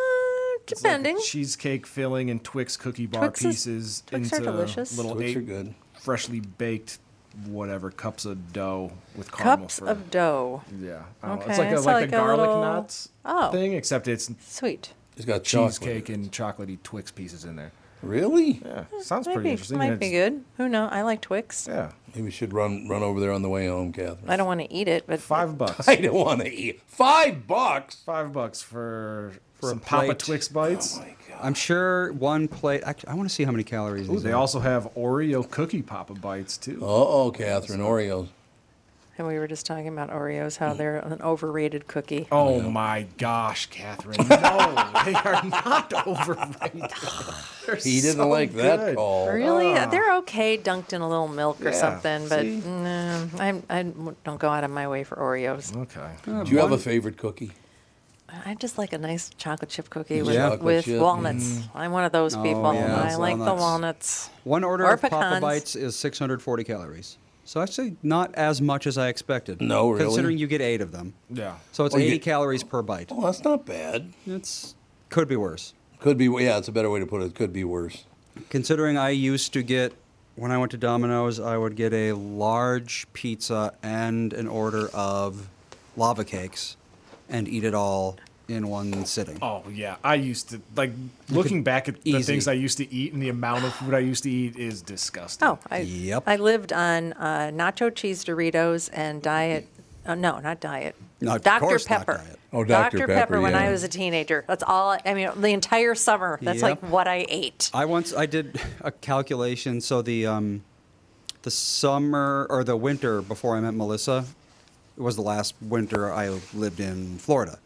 Speaker 7: Depending.
Speaker 2: Cheesecake filling and Twix cookie bar
Speaker 7: Twix is-
Speaker 2: pieces
Speaker 7: Twix are
Speaker 2: into
Speaker 7: delicious.
Speaker 2: little
Speaker 4: Twix
Speaker 2: eight
Speaker 4: are good.
Speaker 2: freshly baked whatever cups of dough with caramel.
Speaker 7: Cups
Speaker 2: for-
Speaker 7: of dough.
Speaker 2: Yeah. I don't know.
Speaker 7: Okay.
Speaker 2: It's like a,
Speaker 7: it's
Speaker 2: like a garlic
Speaker 7: little-
Speaker 2: knots
Speaker 7: Oh,
Speaker 2: thing, except it's
Speaker 7: sweet.
Speaker 4: It's got
Speaker 2: cheesecake and chocolatey Twix pieces in there.
Speaker 4: Really?
Speaker 2: Yeah. Sounds
Speaker 7: might
Speaker 2: pretty
Speaker 7: be,
Speaker 2: interesting.
Speaker 7: Might
Speaker 2: and
Speaker 7: be
Speaker 2: it's-
Speaker 7: good. Who knows? I like Twix.
Speaker 2: Yeah.
Speaker 4: Maybe we should run run over there on the way home, Catherine. [laughs]
Speaker 7: I don't want to eat it, but
Speaker 2: Five bucks.
Speaker 4: I don't want to eat. Five bucks.
Speaker 2: Five bucks for,
Speaker 3: For a
Speaker 2: some Papa
Speaker 3: plate.
Speaker 2: Twix bites.
Speaker 4: Oh,
Speaker 3: I'm sure one plate. I, I want to see how many calories.
Speaker 2: Ooh,
Speaker 3: these
Speaker 2: they
Speaker 3: are.
Speaker 2: also have Oreo cookie Papa bites too.
Speaker 4: Uh oh, Catherine. Oreos.
Speaker 7: and we were just talking about Oreos, how they're an overrated cookie.
Speaker 2: Mm. Oh my gosh, Catherine! No, they are not overrated. They're
Speaker 4: He didn't
Speaker 2: so
Speaker 4: like that
Speaker 2: good.
Speaker 4: call.
Speaker 7: Really?
Speaker 2: Ah.
Speaker 7: They're okay dunked in a little milk or
Speaker 2: Yeah,
Speaker 7: something, but
Speaker 2: see?
Speaker 7: no, I, I don't go out of my way for Oreos.
Speaker 2: Okay.
Speaker 4: Do you have a favorite cookie?
Speaker 7: I just like a nice chocolate chip cookie with,
Speaker 4: Yeah. Chocolate
Speaker 7: with
Speaker 4: chip,
Speaker 7: walnuts.
Speaker 2: Mm.
Speaker 7: I'm one of those
Speaker 3: Oh,
Speaker 7: people.
Speaker 3: yeah,
Speaker 7: I like the
Speaker 3: walnuts.
Speaker 7: walnuts.
Speaker 3: One order
Speaker 7: or
Speaker 3: of Papa
Speaker 7: pecans.
Speaker 3: Bites is 640 calories. So actually, not as much as I expected.
Speaker 4: No, really?
Speaker 3: Considering you get eight of them,
Speaker 2: Yeah.
Speaker 3: so it's
Speaker 4: Well, you
Speaker 3: 80
Speaker 4: get-
Speaker 3: calories per bite.
Speaker 4: Oh, that's not bad.
Speaker 3: It's could be worse.
Speaker 4: Could be. Yeah, it's a better way to put it. Could be worse.
Speaker 3: Considering I used to get when I went to Domino's, I would get a large pizza and an order of lava cakes, and eat it all in one sitting.
Speaker 2: Oh yeah, I used to like looking back at the
Speaker 3: Easy.
Speaker 2: things I used to eat and the amount of food I used to eat is disgusting.
Speaker 7: Oh, I,
Speaker 3: Yep.
Speaker 7: I lived on uh, nacho cheese Doritos and diet. Uh, no, not diet.
Speaker 3: No, of
Speaker 7: Dr.
Speaker 3: course not
Speaker 7: Pepper.
Speaker 3: diet.
Speaker 4: Oh, Dr. Pepper,
Speaker 7: when
Speaker 4: yeah.
Speaker 7: I was a teenager. That's all. I mean, the entire summer. That's
Speaker 3: Yep.
Speaker 7: like what I ate.
Speaker 3: I once I did a calculation. So the um, the summer or the winter before I met Melissa, it was the last winter I lived in Florida,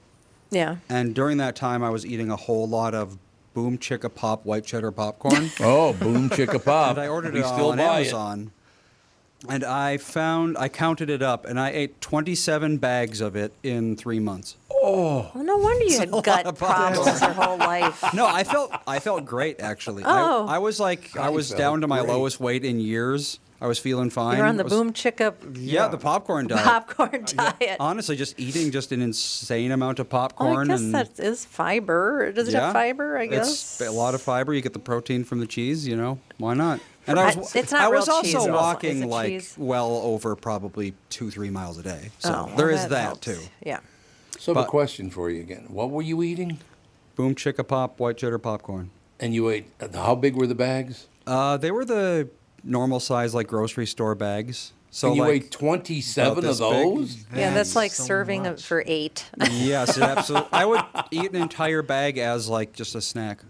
Speaker 7: Yeah.
Speaker 3: and during that time I was eating a whole lot of Boom Chicka Pop white cheddar
Speaker 7: [laughs]
Speaker 3: popcorn.
Speaker 4: Oh, boom
Speaker 3: [laughs]
Speaker 4: chicka pop.
Speaker 3: and I ordered
Speaker 4: we
Speaker 3: it all
Speaker 4: still
Speaker 3: on
Speaker 4: buy
Speaker 3: Amazon. And I found I counted it up, and I ate 27 bags of it in three
Speaker 7: [laughs]
Speaker 3: months. Oh.
Speaker 7: Well, no wonder you had gut problems your whole life.
Speaker 3: No, I felt I felt great actually.
Speaker 7: Oh.
Speaker 3: [laughs] I, I was like I was
Speaker 4: felt
Speaker 3: down to my
Speaker 4: great.
Speaker 3: lowest weight in years. I was feeling fine.
Speaker 7: You're on
Speaker 3: I
Speaker 7: the
Speaker 3: was-
Speaker 7: boom chicka
Speaker 3: Yeah, [laughs] the
Speaker 7: [laughs]
Speaker 3: popcorn diet.
Speaker 7: popcorn diet.
Speaker 3: Honestly, just eating just an insane amount of popcorn.
Speaker 7: Well, Oh, I guess
Speaker 3: and,
Speaker 7: that is fiber. Does it
Speaker 3: yeah,
Speaker 7: have fiber? I guess
Speaker 3: It's a lot of fiber. You get the protein from the cheese. You know why not? And I
Speaker 7: I-
Speaker 3: was
Speaker 7: it's not
Speaker 3: I
Speaker 7: real
Speaker 3: was also
Speaker 7: cheese, also.
Speaker 3: walking
Speaker 7: Is it
Speaker 3: like
Speaker 7: cheese?
Speaker 3: well over probably two three miles a day. So
Speaker 7: Oh, well,
Speaker 3: there is that
Speaker 7: that
Speaker 3: too.
Speaker 7: helps. Yeah.
Speaker 4: it. So, I have a
Speaker 3: But-
Speaker 4: question for you again. What were you eating?
Speaker 3: Boom chicka pop white cheddar popcorn.
Speaker 4: And you ate. How big were the bags?
Speaker 3: Uh, they were the normal size like grocery store bags. So
Speaker 4: and you
Speaker 3: like,
Speaker 4: ate twenty-seven
Speaker 3: about
Speaker 4: of
Speaker 3: this big.
Speaker 4: those.
Speaker 7: Yeah, that's
Speaker 2: is
Speaker 7: like
Speaker 2: so
Speaker 7: serving
Speaker 2: much.
Speaker 7: for eight.
Speaker 3: Yes, it absolutely. I would eat an entire bag as like just a snack.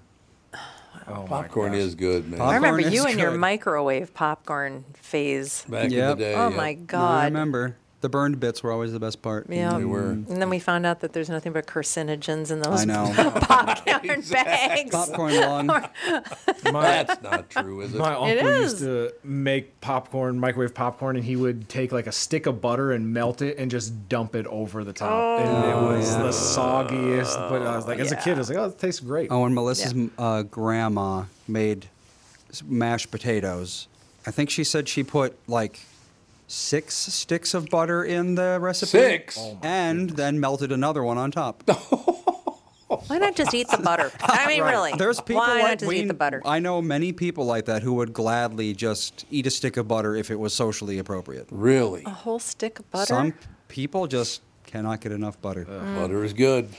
Speaker 2: Oh, my
Speaker 4: Popcorn
Speaker 2: gosh.
Speaker 4: is good, man.
Speaker 7: I
Speaker 3: Popcorn
Speaker 7: remember you
Speaker 3: is
Speaker 7: and your
Speaker 3: good.
Speaker 7: microwave popcorn phase.
Speaker 4: Back in
Speaker 3: Yep.
Speaker 4: the day.
Speaker 7: oh
Speaker 4: yeah.
Speaker 7: my
Speaker 3: I
Speaker 7: God.
Speaker 3: remember the burned bits were always the best part. Mm.
Speaker 7: Yeah.
Speaker 4: They were.
Speaker 7: And then we found out that there's nothing but carcinogens in those
Speaker 3: I know.
Speaker 7: [laughs] popcorn
Speaker 4: [laughs]
Speaker 7: bags.
Speaker 3: Popcorn lung.
Speaker 2: My,
Speaker 4: That's not true, is it?
Speaker 2: my uncle
Speaker 7: is.
Speaker 2: used to make popcorn, microwave popcorn, and he would take like a stick of butter and melt it and just dump it over the top, and
Speaker 7: Oh.
Speaker 2: it was the soggiest. But I was like, as a kid, I was like, oh, it tastes great.
Speaker 3: Oh, and Melissa's uh, grandma made s- mashed potatoes. I think she said she put like six sticks of butter in the recipe.
Speaker 4: Six? Oh,
Speaker 3: and then melted another one on top.
Speaker 7: [laughs] Why not just eat the
Speaker 4: [laughs]
Speaker 7: butter? I mean, really.
Speaker 3: There's people
Speaker 7: Why
Speaker 3: like
Speaker 7: not just eat
Speaker 3: we-
Speaker 7: the butter?
Speaker 3: I know many people like that who would gladly just eat a stick of butter if it was socially appropriate.
Speaker 4: Really?
Speaker 7: A whole stick of Oh, butter? Mm.
Speaker 3: Some people just cannot get enough butter.
Speaker 4: Butter is good. Mm.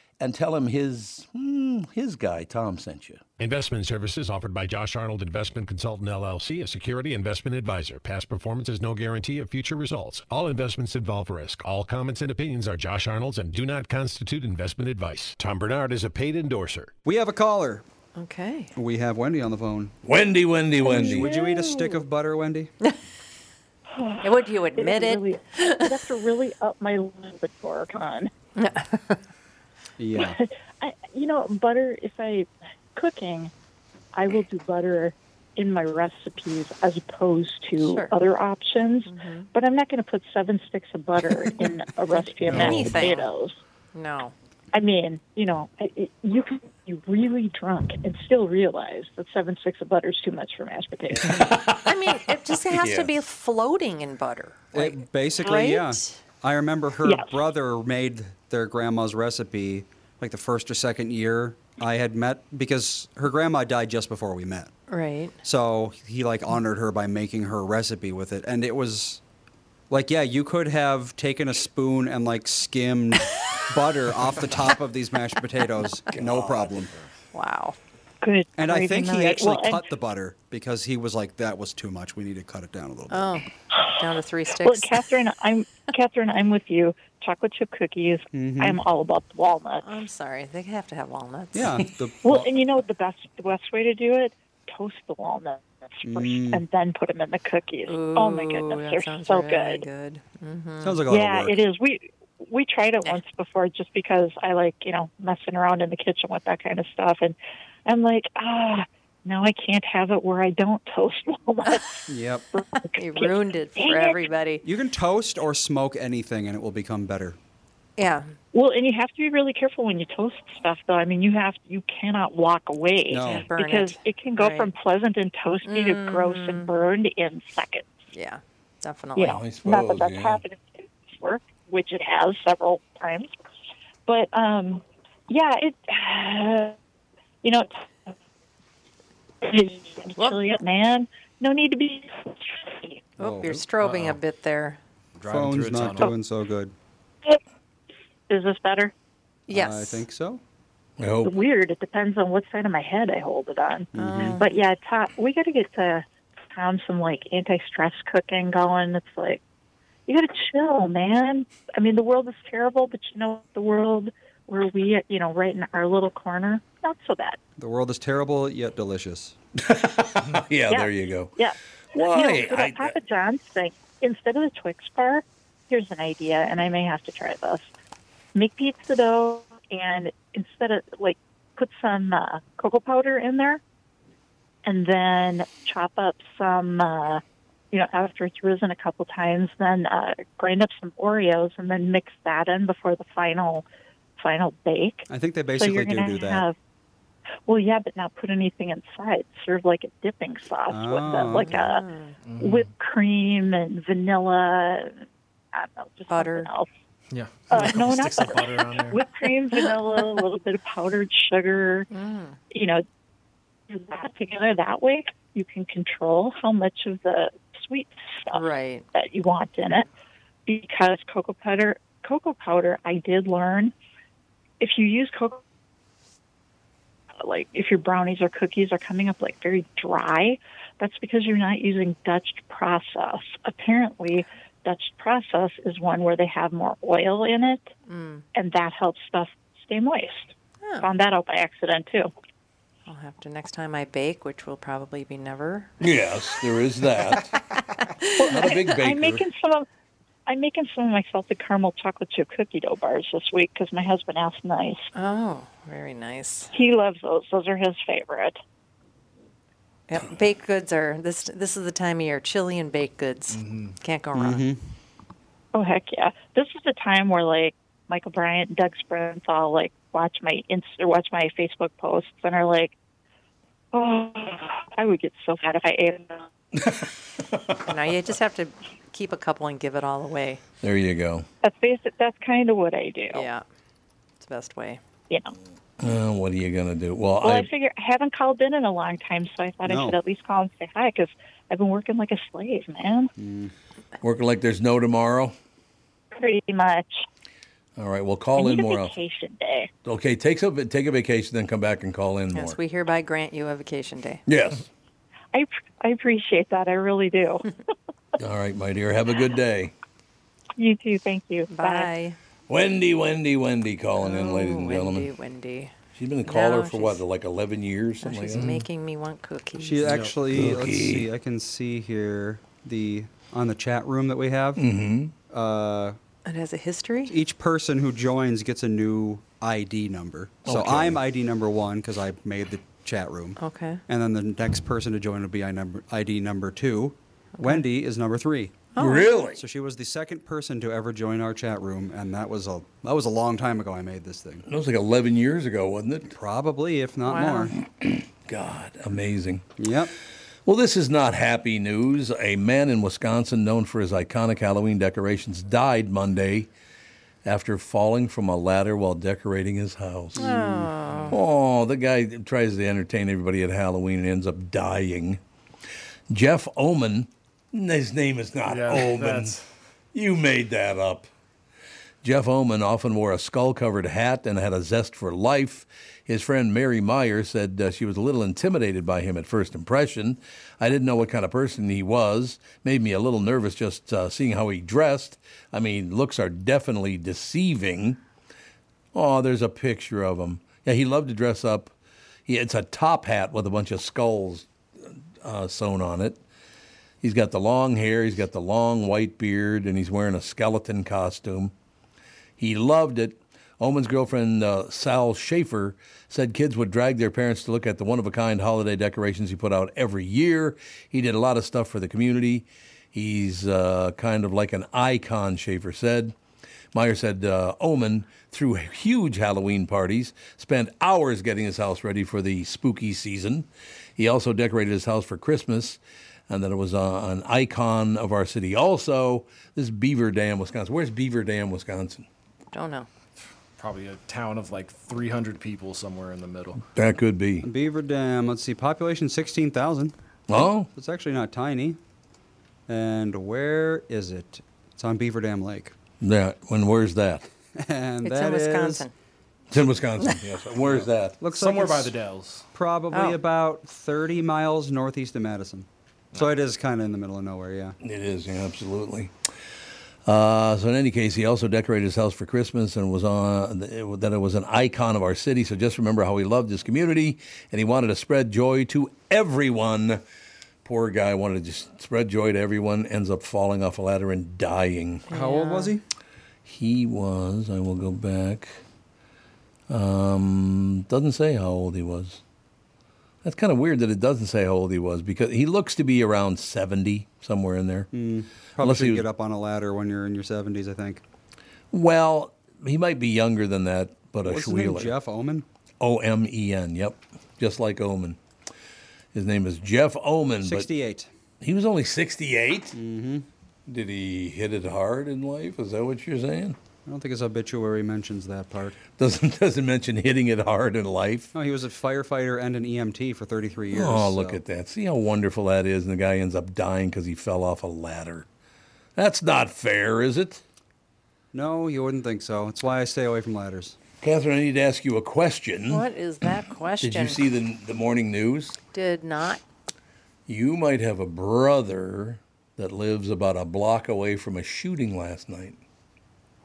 Speaker 14: and tell him his hmm, his guy Tom sent you.
Speaker 15: Investment services offered by Josh Arnold Investment Consultant LLC, a security investment advisor. Past performance is no guarantee of future results. All investments involve risk. All comments and opinions are Josh Arnold's and do not constitute investment advice. Tom Bernard is a paid endorser.
Speaker 3: We have a caller.
Speaker 7: Okay.
Speaker 3: We have Wendy on the phone.
Speaker 4: Wendy, Wendy,
Speaker 3: Wendy. Would you eat a stick of butter, Wendy?
Speaker 7: Would you admit it?
Speaker 16: Really, that's to really up my libitor
Speaker 1: [laughs]
Speaker 16: con.
Speaker 3: Yeah.
Speaker 16: I, you know, butter. If I cooking, I will do butter in my recipes as opposed to
Speaker 7: Sure.
Speaker 16: other options.
Speaker 1: Mm-hmm.
Speaker 16: But I'm not going to put seven sticks of
Speaker 1: [laughs]
Speaker 16: butter in a recipe of mashed
Speaker 7: Anything.
Speaker 16: potatoes.
Speaker 7: No.
Speaker 16: I mean, you know, I- it, you can be really drunk and still realize that seven sticks of butter is too much for mashed potatoes.
Speaker 7: I mean, it
Speaker 3: [laughs]
Speaker 7: just has
Speaker 3: Yeah.
Speaker 7: to be floating in butter.
Speaker 3: It, basically,
Speaker 7: right?
Speaker 3: yeah. I remember her
Speaker 7: Yes.
Speaker 3: brother made their grandma's recipe like the first or second year I had met because her grandma died just before we met.
Speaker 7: Right.
Speaker 3: So he like honored her by making her recipe with it, and it was like, yeah, you could have taken a spoon and like skimmed butter off the top of these mashed potatoes, no problem.
Speaker 7: Wow.
Speaker 16: Good.
Speaker 3: And I
Speaker 7: Great
Speaker 3: think he
Speaker 7: memory.
Speaker 3: actually
Speaker 7: Well, and-
Speaker 3: cut the butter because he was like, that was too much. We need to cut it down a little bit.
Speaker 7: Oh, down to three
Speaker 16: well,
Speaker 7: sticks.
Speaker 16: Catherine, I'm Catherine. I'm with you. Chocolate chip cookies.
Speaker 3: Mhm.
Speaker 16: I'm all about the walnuts.
Speaker 7: I'm sorry. They have to have walnuts. [laughs]
Speaker 3: Yeah. The,
Speaker 16: Well, and you know the best the best way to do it: toast the walnuts first,
Speaker 3: Mm.
Speaker 16: and then put them in the cookies. oh my
Speaker 7: that
Speaker 16: goodness, they're
Speaker 7: sounds
Speaker 16: so
Speaker 7: really
Speaker 16: good.
Speaker 7: good. Mhm.
Speaker 3: Sounds like a lot of
Speaker 16: yeah,
Speaker 3: work.
Speaker 16: it is. We we tried it once before just because I like you know messing around in the kitchen with that kind of stuff, and I'm like ah. Now I can't have it where I don't toast [laughs] walnuts.
Speaker 3: Yep.
Speaker 7: You ruined it
Speaker 16: Dang
Speaker 7: for
Speaker 16: it.
Speaker 7: everybody.
Speaker 3: You can toast or smoke anything and it will become better.
Speaker 7: Yeah.
Speaker 16: Well, and you have to be really careful when you toast stuff, though. I mean, you have you cannot walk away
Speaker 3: No. Can't burn
Speaker 16: because
Speaker 7: it.
Speaker 16: it. can go
Speaker 7: Right. Mm.
Speaker 16: from pleasant and toasty to gross and burned in seconds.
Speaker 7: Yeah, definitely.
Speaker 16: You know, not that that's happened before, which it has several times, but um, yeah, it. [sighs] Uh, you know, it's- chili up, man. No need to be.
Speaker 7: Oh, you're strobing a bit there.
Speaker 2: Driving through
Speaker 3: Phone's
Speaker 2: a
Speaker 3: not
Speaker 2: tunnel.
Speaker 3: doing so good.
Speaker 16: Is this better?
Speaker 7: Yes.
Speaker 3: I think so.
Speaker 4: I hope.
Speaker 16: Weird. It depends on what side of my head I hold it on.
Speaker 3: Mhm.
Speaker 16: But yeah, Tom, we got to get to Tom some like anti-stress cooking going. It's like you got to chill, man. I mean, the world is terrible, but you know, the world where we, you know, right in our little corner, not so bad.
Speaker 3: The world is terrible yet delicious.
Speaker 4: [laughs] yeah, there you go.
Speaker 16: Yeah.
Speaker 4: Why?
Speaker 16: You know, for
Speaker 4: I-
Speaker 16: that Papa John's thing, instead of the Twix bar, here's an idea, and I may have to try this. Make pizza dough, and instead of like, put some uh, cocoa powder in there, and then chop up some. Uh, you know, after it's risen a couple times, then uh, grind up some Oreos, and then mix that in before the final final bake.
Speaker 3: I think they
Speaker 16: so
Speaker 3: basically
Speaker 16: you're
Speaker 3: do
Speaker 16: gonna
Speaker 3: do that.
Speaker 16: Have, well, yeah, but not put anything inside. Serve like a dipping sauce with it,
Speaker 3: Oh,
Speaker 16: like a whipped cream and vanilla. I don't know, just butter. Else.
Speaker 2: Yeah.
Speaker 16: Uh, no, not
Speaker 2: Stick some
Speaker 16: butter.
Speaker 2: butter on there.
Speaker 16: Whipped cream, vanilla, a little bit of powdered sugar. You know, do that together. That way, you can control how much of the sweet stuff
Speaker 7: right.
Speaker 16: that you want in it. Because cocoa powder, cocoa powder, I did learn if you use cocoa like if your brownies or cookies are coming up like very dry, that's because you're not using Dutch process. Apparently, Dutch process is one where they have more oil in it,
Speaker 7: Mm.
Speaker 16: and that helps stuff stay moist. Found that out by accident too.
Speaker 7: Oh. I'll have to next time I bake, which will probably be never.
Speaker 4: Yes, there is that. [laughs] Not a big baker.
Speaker 16: I'm making some of I'm making some of my salted caramel chocolate chip cookie dough bars this week because my husband asked nice.
Speaker 7: Oh, very nice.
Speaker 16: He loves those. Those are his favorite.
Speaker 7: Yep. Baked goods are this. This is the time of year. Chili and baked goods
Speaker 3: Mm-hmm.
Speaker 7: can't go wrong.
Speaker 4: Mm-hmm.
Speaker 16: Oh heck yeah! This is the time where like Michael Bryant, Doug Sprinthal, like watch my Inst- or watch my Facebook posts and are like, "Oh, I would get so fat if I ate." them."
Speaker 7: [laughs] You know, you just have to keep a couple and give it all away.
Speaker 4: There you go.
Speaker 16: That's basic. That's kind of what I do.
Speaker 7: Yeah, it's the best way.
Speaker 16: You know.
Speaker 4: Uh, what are you gonna do? Well,
Speaker 16: Well, I,
Speaker 4: I,
Speaker 16: figure I haven't called in in a long time, so I thought I
Speaker 4: No.
Speaker 16: should at least call and say hi because I've been working like a slave, man.
Speaker 4: working like there's no tomorrow.
Speaker 16: Pretty much.
Speaker 4: All right, well, call
Speaker 16: I
Speaker 4: in
Speaker 16: need
Speaker 4: more
Speaker 16: a
Speaker 4: often.
Speaker 16: vacation day.
Speaker 4: Okay, take a, take a vacation, then come back and call in
Speaker 7: Yes,
Speaker 4: more.
Speaker 7: we hereby grant you a vacation day.
Speaker 4: [laughs] Yes.
Speaker 16: I, I appreciate that. I really
Speaker 7: [laughs]
Speaker 16: do.
Speaker 4: All right, my dear. Have a good day.
Speaker 16: you too. Thank you.
Speaker 7: Bye.
Speaker 4: Wendy, Wendy, Wendy calling in, ladies and gentlemen.
Speaker 7: Oh, Wendy, Wendy.
Speaker 4: She's been a
Speaker 7: Now
Speaker 4: caller for what,
Speaker 7: she's-
Speaker 4: like 11 years?
Speaker 7: now
Speaker 4: Something like
Speaker 7: she's
Speaker 4: that?
Speaker 7: making me want cookies.
Speaker 3: She actually, let's
Speaker 4: Cookie.
Speaker 3: see, I can see here the on the chat room that we have.
Speaker 4: Mhm.
Speaker 3: Uh,
Speaker 7: It has a history.
Speaker 3: each person who joins gets a new ID number. So
Speaker 7: Okay.
Speaker 3: I'm ID number one because I made the chat room.
Speaker 7: Okay.
Speaker 3: And then the next person to join will be I number, ID number two. Wendy is number three.
Speaker 7: Oh. Really?
Speaker 3: So she was the second person to ever join our chat room, and that was a that was a long time ago. I made this thing.
Speaker 4: That was like 11 years ago, wasn't it?
Speaker 3: Probably, if not
Speaker 4: Wow.
Speaker 3: more.
Speaker 4: [clears throat] God, amazing.
Speaker 3: Yep.
Speaker 4: Well, this is not happy news. A man in Wisconsin known for his iconic Halloween decorations died Monday after falling from a ladder while decorating his house.
Speaker 7: Oh.
Speaker 4: Oh, the guy that tries to entertain everybody at Halloween and ends up dying. Jeff Oman. His name is not
Speaker 2: Yeah,
Speaker 4: Oman.
Speaker 2: that's-
Speaker 4: You made that up. Jeff Oman often wore a skull covered hat and had a zest for life. His friend Mary Meyer said uh, she was a little intimidated by him at first impression. I didn't know what kind of person he was. Made me a little nervous just uh, seeing how he dressed. I mean, looks are definitely deceiving. Oh, there's a picture of him. Yeah, he loved to dress up. He, it's a top hat with a bunch of skulls uh, sewn on it. He's got the long hair, he's got the long white beard, and he's wearing a skeleton costume. He loved it. Oman's girlfriend, uh, Sal Schaefer, said kids would drag their parents to look at the one of a kind holiday decorations he put out every year. He did a lot of stuff for the community. He's uh, kind of like an icon, Schaefer said. Meyer said uh, Omen threw huge Halloween parties, spent hours getting his house ready for the spooky season. He also decorated his house for Christmas, and then it was uh, an icon of our city. Also, this is Beaver Dam, Wisconsin. Where's Beaver Dam, Wisconsin?
Speaker 7: Don't know.
Speaker 2: Probably a town of like 300 people somewhere in the middle.
Speaker 4: That could be.
Speaker 3: Beaver Dam. Let's see. Population sixteen thousand.
Speaker 4: Oh,
Speaker 3: it's actually not tiny. And where is it? It's on Beaver Dam Lake.
Speaker 4: That when where's that?
Speaker 3: [laughs] And
Speaker 7: It's in
Speaker 3: that is
Speaker 7: Wisconsin.
Speaker 4: It's in Wisconsin. yes. Where's that?
Speaker 3: Looks
Speaker 2: Somewhere
Speaker 3: like
Speaker 2: by
Speaker 3: it's
Speaker 2: the Dells.
Speaker 3: Probably
Speaker 2: Oh.
Speaker 3: about 30 miles northeast of Madison. So it is kind of in the middle of nowhere, yeah.
Speaker 4: It is, yeah, absolutely. Uh, so in any case, he also decorated his house for Christmas and was on it, that it was an icon of our city. So just remember how he loved his community and he wanted to spread joy to everyone. Poor guy wanted to just spread joy to everyone. Ends up falling off a ladder and dying.
Speaker 3: How old was he?
Speaker 4: He was. I will go back. Um, doesn't say how old he was. That's kind of weird that it doesn't say how old he was because he looks to be around seventy somewhere in there.
Speaker 3: Hmm. Probably
Speaker 4: Unless he
Speaker 3: should
Speaker 4: was-
Speaker 3: get up on a ladder when you're in your 70s, I think.
Speaker 4: Well, he might be younger than that, but a
Speaker 3: What's his name,
Speaker 4: Schwieler.
Speaker 3: Jeff Omen?
Speaker 4: O M E N. Yep, just like Omen. His name is Jeff Omen. but
Speaker 3: 68.
Speaker 4: He was only sixty-eight. Mm-hmm. Did he hit it hard in life? Is that what you're saying?
Speaker 3: I don't think his obituary mentions that part.
Speaker 4: Doesn't [laughs] doesn't mention hitting it hard in life.
Speaker 3: No, he was a firefighter and an EMT for 33 years.
Speaker 4: Oh, look
Speaker 3: so-
Speaker 4: at that. See how wonderful that is. And the guy ends up dying because he fell off a ladder. That's not fair, is it?
Speaker 3: No, you wouldn't think so. That's why I stay away from ladders.
Speaker 4: Catherine, I need to ask you a question.
Speaker 7: What is that question?
Speaker 4: Hmm? Did you see the, the morning news?
Speaker 7: Did not.
Speaker 4: You might have a brother that lives about a block away from a shooting last night.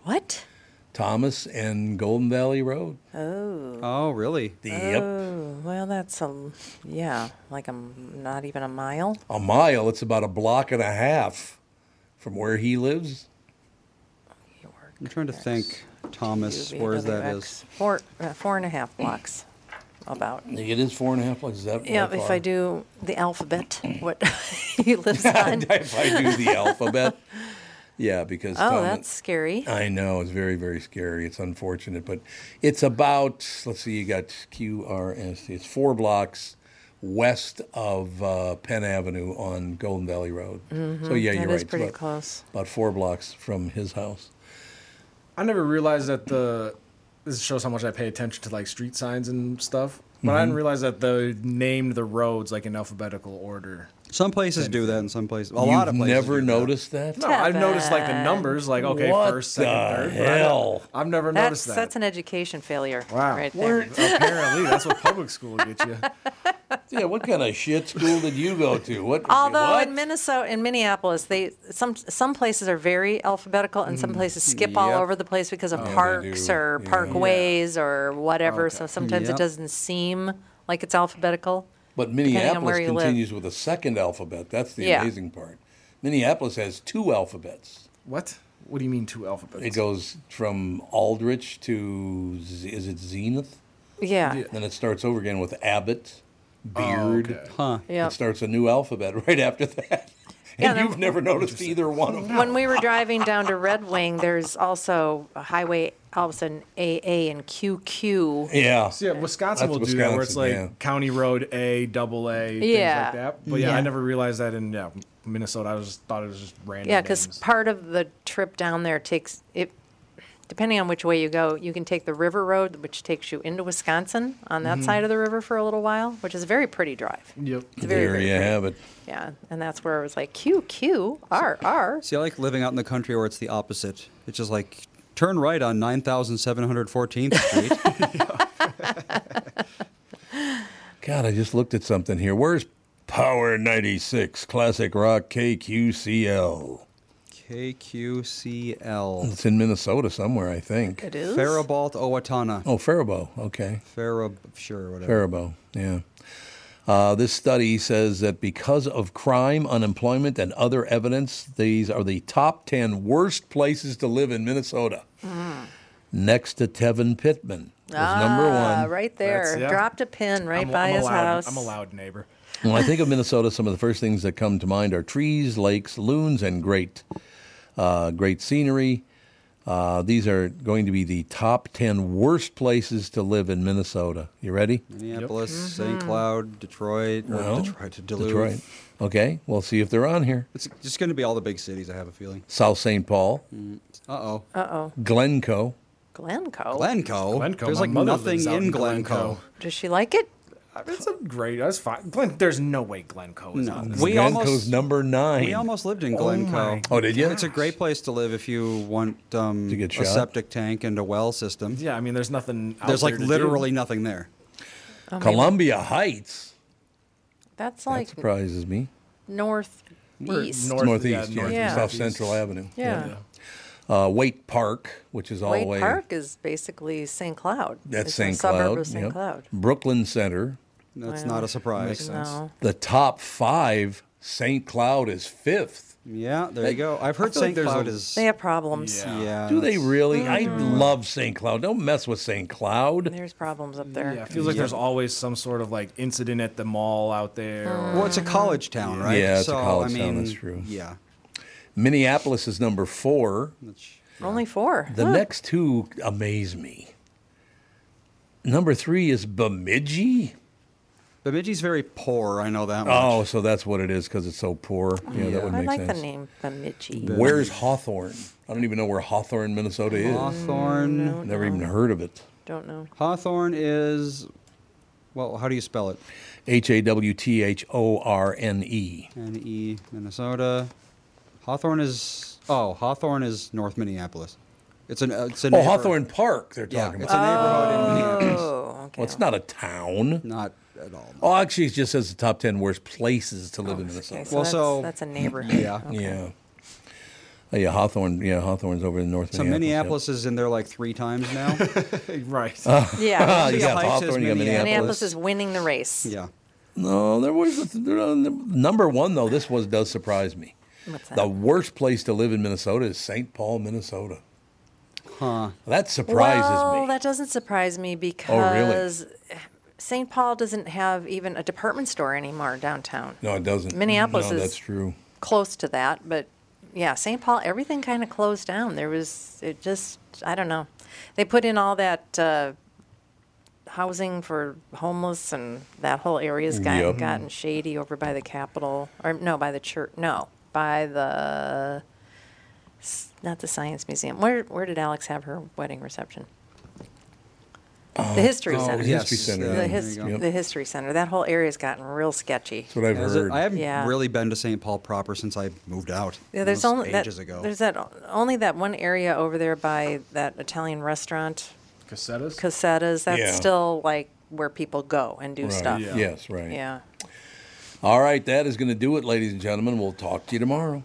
Speaker 7: What?
Speaker 4: Thomas and Golden Valley Road.
Speaker 7: Oh.
Speaker 3: Oh, really?
Speaker 4: Yep.
Speaker 7: Oh, well, that's a yeah, like a m- not even a mile.
Speaker 4: A mile, it's about a block and a half from where he lives.
Speaker 3: I'm trying to think, Thomas, where's that is.
Speaker 7: Four, uh, four and a half blocks, about.
Speaker 4: It is four and a half blocks. Is that
Speaker 7: Yeah,
Speaker 4: that
Speaker 7: if
Speaker 4: far?
Speaker 7: I do the alphabet, what [laughs] he lives on.
Speaker 4: [laughs] if I do
Speaker 7: [laughs]
Speaker 4: the alphabet. Yeah, because
Speaker 7: Oh,
Speaker 4: Tom-
Speaker 7: that's scary.
Speaker 4: I know it's very very scary. It's unfortunate, but it's about let's see, you got QRST. It's four blocks west of uh, Penn Avenue on Golden Valley Road. So
Speaker 7: Mhm,
Speaker 4: yeah,
Speaker 7: that
Speaker 4: you're right.
Speaker 7: is
Speaker 4: It's
Speaker 7: pretty
Speaker 4: about,
Speaker 7: close.
Speaker 4: About four blocks from his house.
Speaker 2: I never realized that the this shows how much I pay attention to like street signs and stuff. But I
Speaker 4: Mhm.
Speaker 2: didn't realize that they named the roads like in alphabetical order.
Speaker 3: Some places do that, and some places, a
Speaker 4: You've
Speaker 3: lot of places.
Speaker 4: never
Speaker 3: do
Speaker 4: noticed that?
Speaker 2: No, I've noticed like the numbers, like okay,
Speaker 4: What
Speaker 2: first, second,
Speaker 4: the
Speaker 2: third. but I-
Speaker 4: hell?
Speaker 2: Oh, I've never
Speaker 7: That's
Speaker 2: noticed that.
Speaker 7: that's an education failure.
Speaker 2: Wow.
Speaker 7: Right
Speaker 2: [laughs]
Speaker 7: there. [laughs]
Speaker 2: Apparently, that's what public school gets you.
Speaker 4: Yeah, what kind of shit school did you go to? What?
Speaker 7: Although
Speaker 4: what?
Speaker 7: in Minnesota, in Minneapolis, they some some places are very alphabetical, and some places skip
Speaker 4: Mm. Yep.
Speaker 7: all over the place because of
Speaker 4: Yeah, they
Speaker 7: parks
Speaker 4: do.
Speaker 7: or
Speaker 4: Yeah.
Speaker 7: parkways or whatever. So
Speaker 4: Okay.
Speaker 7: sometimes
Speaker 4: Yep.
Speaker 7: it doesn't seem like it's alphabetical.
Speaker 4: But
Speaker 7: depending on
Speaker 4: Minneapolis
Speaker 7: where you live.
Speaker 4: continues with a second alphabet. That's the
Speaker 7: Yeah.
Speaker 4: amazing part. Minneapolis has two alphabets.
Speaker 2: What? What do you mean two alphabets?
Speaker 4: It goes from Aldrich to Z- is it Zenith?
Speaker 7: Yeah. Yeah.
Speaker 4: Then it starts over again with Abbott,
Speaker 2: Oh,
Speaker 4: Beard.
Speaker 3: Huh.
Speaker 7: Yep.
Speaker 4: It starts a new alphabet [laughs] right after that.
Speaker 7: Yeah,
Speaker 4: and
Speaker 7: then-
Speaker 4: you've never noticed either one of them.
Speaker 7: When we were driving down to Red Wing, there's also a highway, all of a sudden AA and QQ.
Speaker 4: Yeah.
Speaker 2: So, yeah, Wisconsin
Speaker 4: That's
Speaker 2: will do that where it's like
Speaker 4: Wisconsin,
Speaker 2: county road A, double A, things
Speaker 7: Yeah.
Speaker 2: like that. But yeah,
Speaker 7: Yeah.
Speaker 2: I never realized that in yeah, Minnesota. I just thought it was just random.
Speaker 7: Yeah, because
Speaker 2: names.
Speaker 7: part of the trip down there takes it. Depending on which way you go, you can take the river road, which takes you into Wisconsin on that
Speaker 2: Mm-hmm.
Speaker 4: Mhm.
Speaker 7: side of the river for a little while, which is a very pretty drive.
Speaker 2: Yep.
Speaker 7: It's very,
Speaker 3: There
Speaker 7: very
Speaker 3: you
Speaker 7: pretty.
Speaker 3: have it.
Speaker 7: Yeah, and that's where it was like Q Q R R.
Speaker 3: See, I like living out in the country where it's the opposite. It's just like turn right on 9714th
Speaker 4: [laughs]
Speaker 3: Street.
Speaker 4: God, I just looked at something here. Where's Power 96 Classic Rock KQCL?
Speaker 3: KQCL.
Speaker 4: It's in Minnesota somewhere, I think.
Speaker 7: It
Speaker 4: is?
Speaker 3: Faribault, Owatonna.
Speaker 4: Oh, Faribault. Okay.
Speaker 3: Farab, sure, whatever.
Speaker 4: Faribault, yeah. Uh, this study says that because of crime, unemployment, and other evidence, these are the top 10 worst places to live in Minnesota.
Speaker 2: Mm.
Speaker 4: Next to Tevin Pittman was number
Speaker 7: Ah,
Speaker 4: one.
Speaker 7: Right there.
Speaker 2: That's- yeah.
Speaker 7: Dropped a pin right
Speaker 2: I'm,
Speaker 7: by
Speaker 2: I'm a
Speaker 7: his
Speaker 2: loud-
Speaker 7: house.
Speaker 2: I'm a loud neighbor.
Speaker 4: When I think of Minnesota, some of the first things that come to mind are trees, lakes, loons, and great, uh, great scenery. Uh, these are going to be the top 10 worst places to live in Minnesota. You ready?
Speaker 3: Minneapolis, St.
Speaker 2: Mm-hmm.
Speaker 3: Cloud, Detroit, or
Speaker 4: Well,
Speaker 3: Detroit, Duluth.
Speaker 4: Detroit. Okay, we'll see if they're on here.
Speaker 3: It's just going to be all the big cities, I have a feeling.
Speaker 4: South St. Paul,
Speaker 3: Uh oh.
Speaker 7: Uh oh.
Speaker 4: Glencoe.
Speaker 7: Glencoe.
Speaker 3: Glencoe?
Speaker 2: Glencoe,
Speaker 3: There's
Speaker 2: my
Speaker 3: like
Speaker 2: mother
Speaker 3: nothing
Speaker 2: lives out
Speaker 3: in
Speaker 2: in
Speaker 3: Glencoe.
Speaker 2: Glencoe.
Speaker 7: Does she like it?
Speaker 2: It's a great. That's fine. Glen, there's no way Glencoe is
Speaker 3: No.
Speaker 2: on
Speaker 3: We
Speaker 2: this.
Speaker 3: We
Speaker 4: Glencoe's
Speaker 3: almost-
Speaker 4: number nine.
Speaker 3: We almost lived in
Speaker 2: Oh
Speaker 3: Glencoe.
Speaker 2: my
Speaker 4: Oh, did you?
Speaker 3: It's a great place to live if you want um,
Speaker 4: get
Speaker 3: a
Speaker 4: shot?
Speaker 3: septic tank and a well system.
Speaker 2: Yeah, I mean, there's nothing. out
Speaker 3: There's like
Speaker 2: there to do. Oh,
Speaker 3: literally nothing there.
Speaker 4: Columbia Heights.
Speaker 7: That's
Speaker 4: That
Speaker 7: like
Speaker 4: surprises me.
Speaker 7: north
Speaker 2: We're
Speaker 7: east.
Speaker 2: north-
Speaker 4: Northeast,
Speaker 2: yeah,
Speaker 4: yeah,
Speaker 7: northeast,
Speaker 4: South
Speaker 2: northeast.
Speaker 4: Central Avenue.
Speaker 7: Yeah.
Speaker 4: Uh, Waite Park, which is all the
Speaker 7: White
Speaker 4: way.
Speaker 7: Park is basically St. Cloud.
Speaker 4: That's
Speaker 7: It's a
Speaker 4: St.
Speaker 7: suburb
Speaker 4: Cloud.
Speaker 7: of St.
Speaker 4: yep.
Speaker 7: Cloud.
Speaker 4: Brooklyn Center.
Speaker 3: That's
Speaker 7: Well,
Speaker 3: not a surprise.
Speaker 7: Makes sense. no.
Speaker 4: The top five, St. Cloud is fifth.
Speaker 3: Yeah, there
Speaker 4: Hey,
Speaker 3: you go. I've
Speaker 4: I
Speaker 3: heard
Speaker 4: feel like
Speaker 3: St.
Speaker 4: there's
Speaker 3: Cloud
Speaker 4: a-
Speaker 3: is.
Speaker 7: They have Mm-hmm. problems.
Speaker 3: Yeah.
Speaker 4: Do they really? I love St. Cloud. Don't mess with St. Cloud.
Speaker 7: There's problems up there.
Speaker 2: Yeah, it feels like there's always some sort of like incident at the mall out there. or-
Speaker 3: Well, it's a college town, right?
Speaker 4: Yeah, it's a
Speaker 3: so,
Speaker 4: college
Speaker 3: I
Speaker 4: town,
Speaker 3: mean,
Speaker 4: that's true.
Speaker 3: Yeah.
Speaker 4: Minneapolis is number four.
Speaker 7: Only four.
Speaker 4: The
Speaker 7: Huh.
Speaker 4: next two amaze me. Number three is Bemidji.
Speaker 3: Bemidji's very poor. I know that much.
Speaker 4: Oh, so that's what it is because it's so poor. Yeah, that would
Speaker 7: I
Speaker 4: make
Speaker 7: like
Speaker 4: sense.
Speaker 7: the name Bemidji.
Speaker 4: Where's Hawthorne? I don't even know where Hawthorne, Minnesota is.
Speaker 3: Hawthorne.
Speaker 4: Never even heard of it.
Speaker 7: Don't know.
Speaker 3: Hawthorne is. Well, how do you spell it?
Speaker 4: H A W T H O R N E.
Speaker 3: N E Minnesota. Hawthorne is. Oh, Hawthorne is North Minneapolis. It's an. uh, It's a
Speaker 4: Oh,
Speaker 3: neighbor-
Speaker 4: Hawthorne Park, they're
Speaker 3: Yeah,
Speaker 4: talking
Speaker 3: it's a
Speaker 4: about.
Speaker 3: neighborhood in Minneapolis.
Speaker 7: Oh, okay.
Speaker 4: well, it's not a town.
Speaker 3: Not at all.
Speaker 4: Oh, actually, it just says the top 10 worst places to live in Minnesota.
Speaker 7: Okay, so
Speaker 3: Well,
Speaker 7: that's,
Speaker 3: so-
Speaker 7: that's a neighborhood.
Speaker 3: Yeah.
Speaker 7: Okay.
Speaker 4: Yeah. Oh, yeah, Hawthorne. Yeah, Hawthorne's over in North
Speaker 3: So Minneapolis is in there like three times now.
Speaker 2: right.
Speaker 4: Uh,
Speaker 3: Minnesota Heights
Speaker 4: [laughs] yeah. you got
Speaker 7: Yeah.
Speaker 3: is
Speaker 4: Hawthorne, you got
Speaker 3: Minneapolis.
Speaker 4: Minneapolis.
Speaker 7: Minneapolis is winning the race.
Speaker 3: yeah.
Speaker 4: No, there was number one though. This was does surprise me.
Speaker 7: What's that?
Speaker 4: The worst place to live in Minnesota is St. Paul, Minnesota.
Speaker 3: Huh.
Speaker 4: That surprises
Speaker 7: well,
Speaker 4: me. Oh,
Speaker 7: that doesn't surprise
Speaker 4: really?
Speaker 7: me because St. Paul doesn't have even a department store anymore downtown.
Speaker 4: No, it doesn't.
Speaker 7: Minneapolis
Speaker 4: no,
Speaker 7: is-
Speaker 4: that's true.
Speaker 7: Close to that, but yeah, St. Paul, everything kind of closed down. There was, it just, I don't know. They put in all that uh, housing for homeless and that whole area's gotten,
Speaker 4: Yep.
Speaker 7: gotten shady over by the Capitol, or no, by the church, no, by the, s- not the Science Museum. Where, where did Alex have her wedding reception? The History
Speaker 4: Oh,
Speaker 7: Center.
Speaker 4: the History
Speaker 3: uh,
Speaker 4: Center.
Speaker 7: The,
Speaker 4: Yeah,
Speaker 7: his-
Speaker 4: there you go.
Speaker 7: the History Center. That whole area's gotten real sketchy.
Speaker 4: That's what I've
Speaker 3: Has it-
Speaker 4: heard.
Speaker 3: I haven't
Speaker 7: Yeah.
Speaker 3: really been to St. Paul proper since I moved out.
Speaker 7: Yeah, there's
Speaker 3: That was
Speaker 7: only
Speaker 3: ages
Speaker 7: that,
Speaker 3: ago.
Speaker 7: There's that only that one area over there by that Italian restaurant,
Speaker 2: Casetas.
Speaker 7: Casetas. That's
Speaker 4: Yeah.
Speaker 7: still like where people go and do
Speaker 4: Right,
Speaker 7: stuff.
Speaker 4: yeah. Yes, right.
Speaker 7: Yeah.
Speaker 4: All right, that is going to do it, ladies and gentlemen. We'll talk to you tomorrow.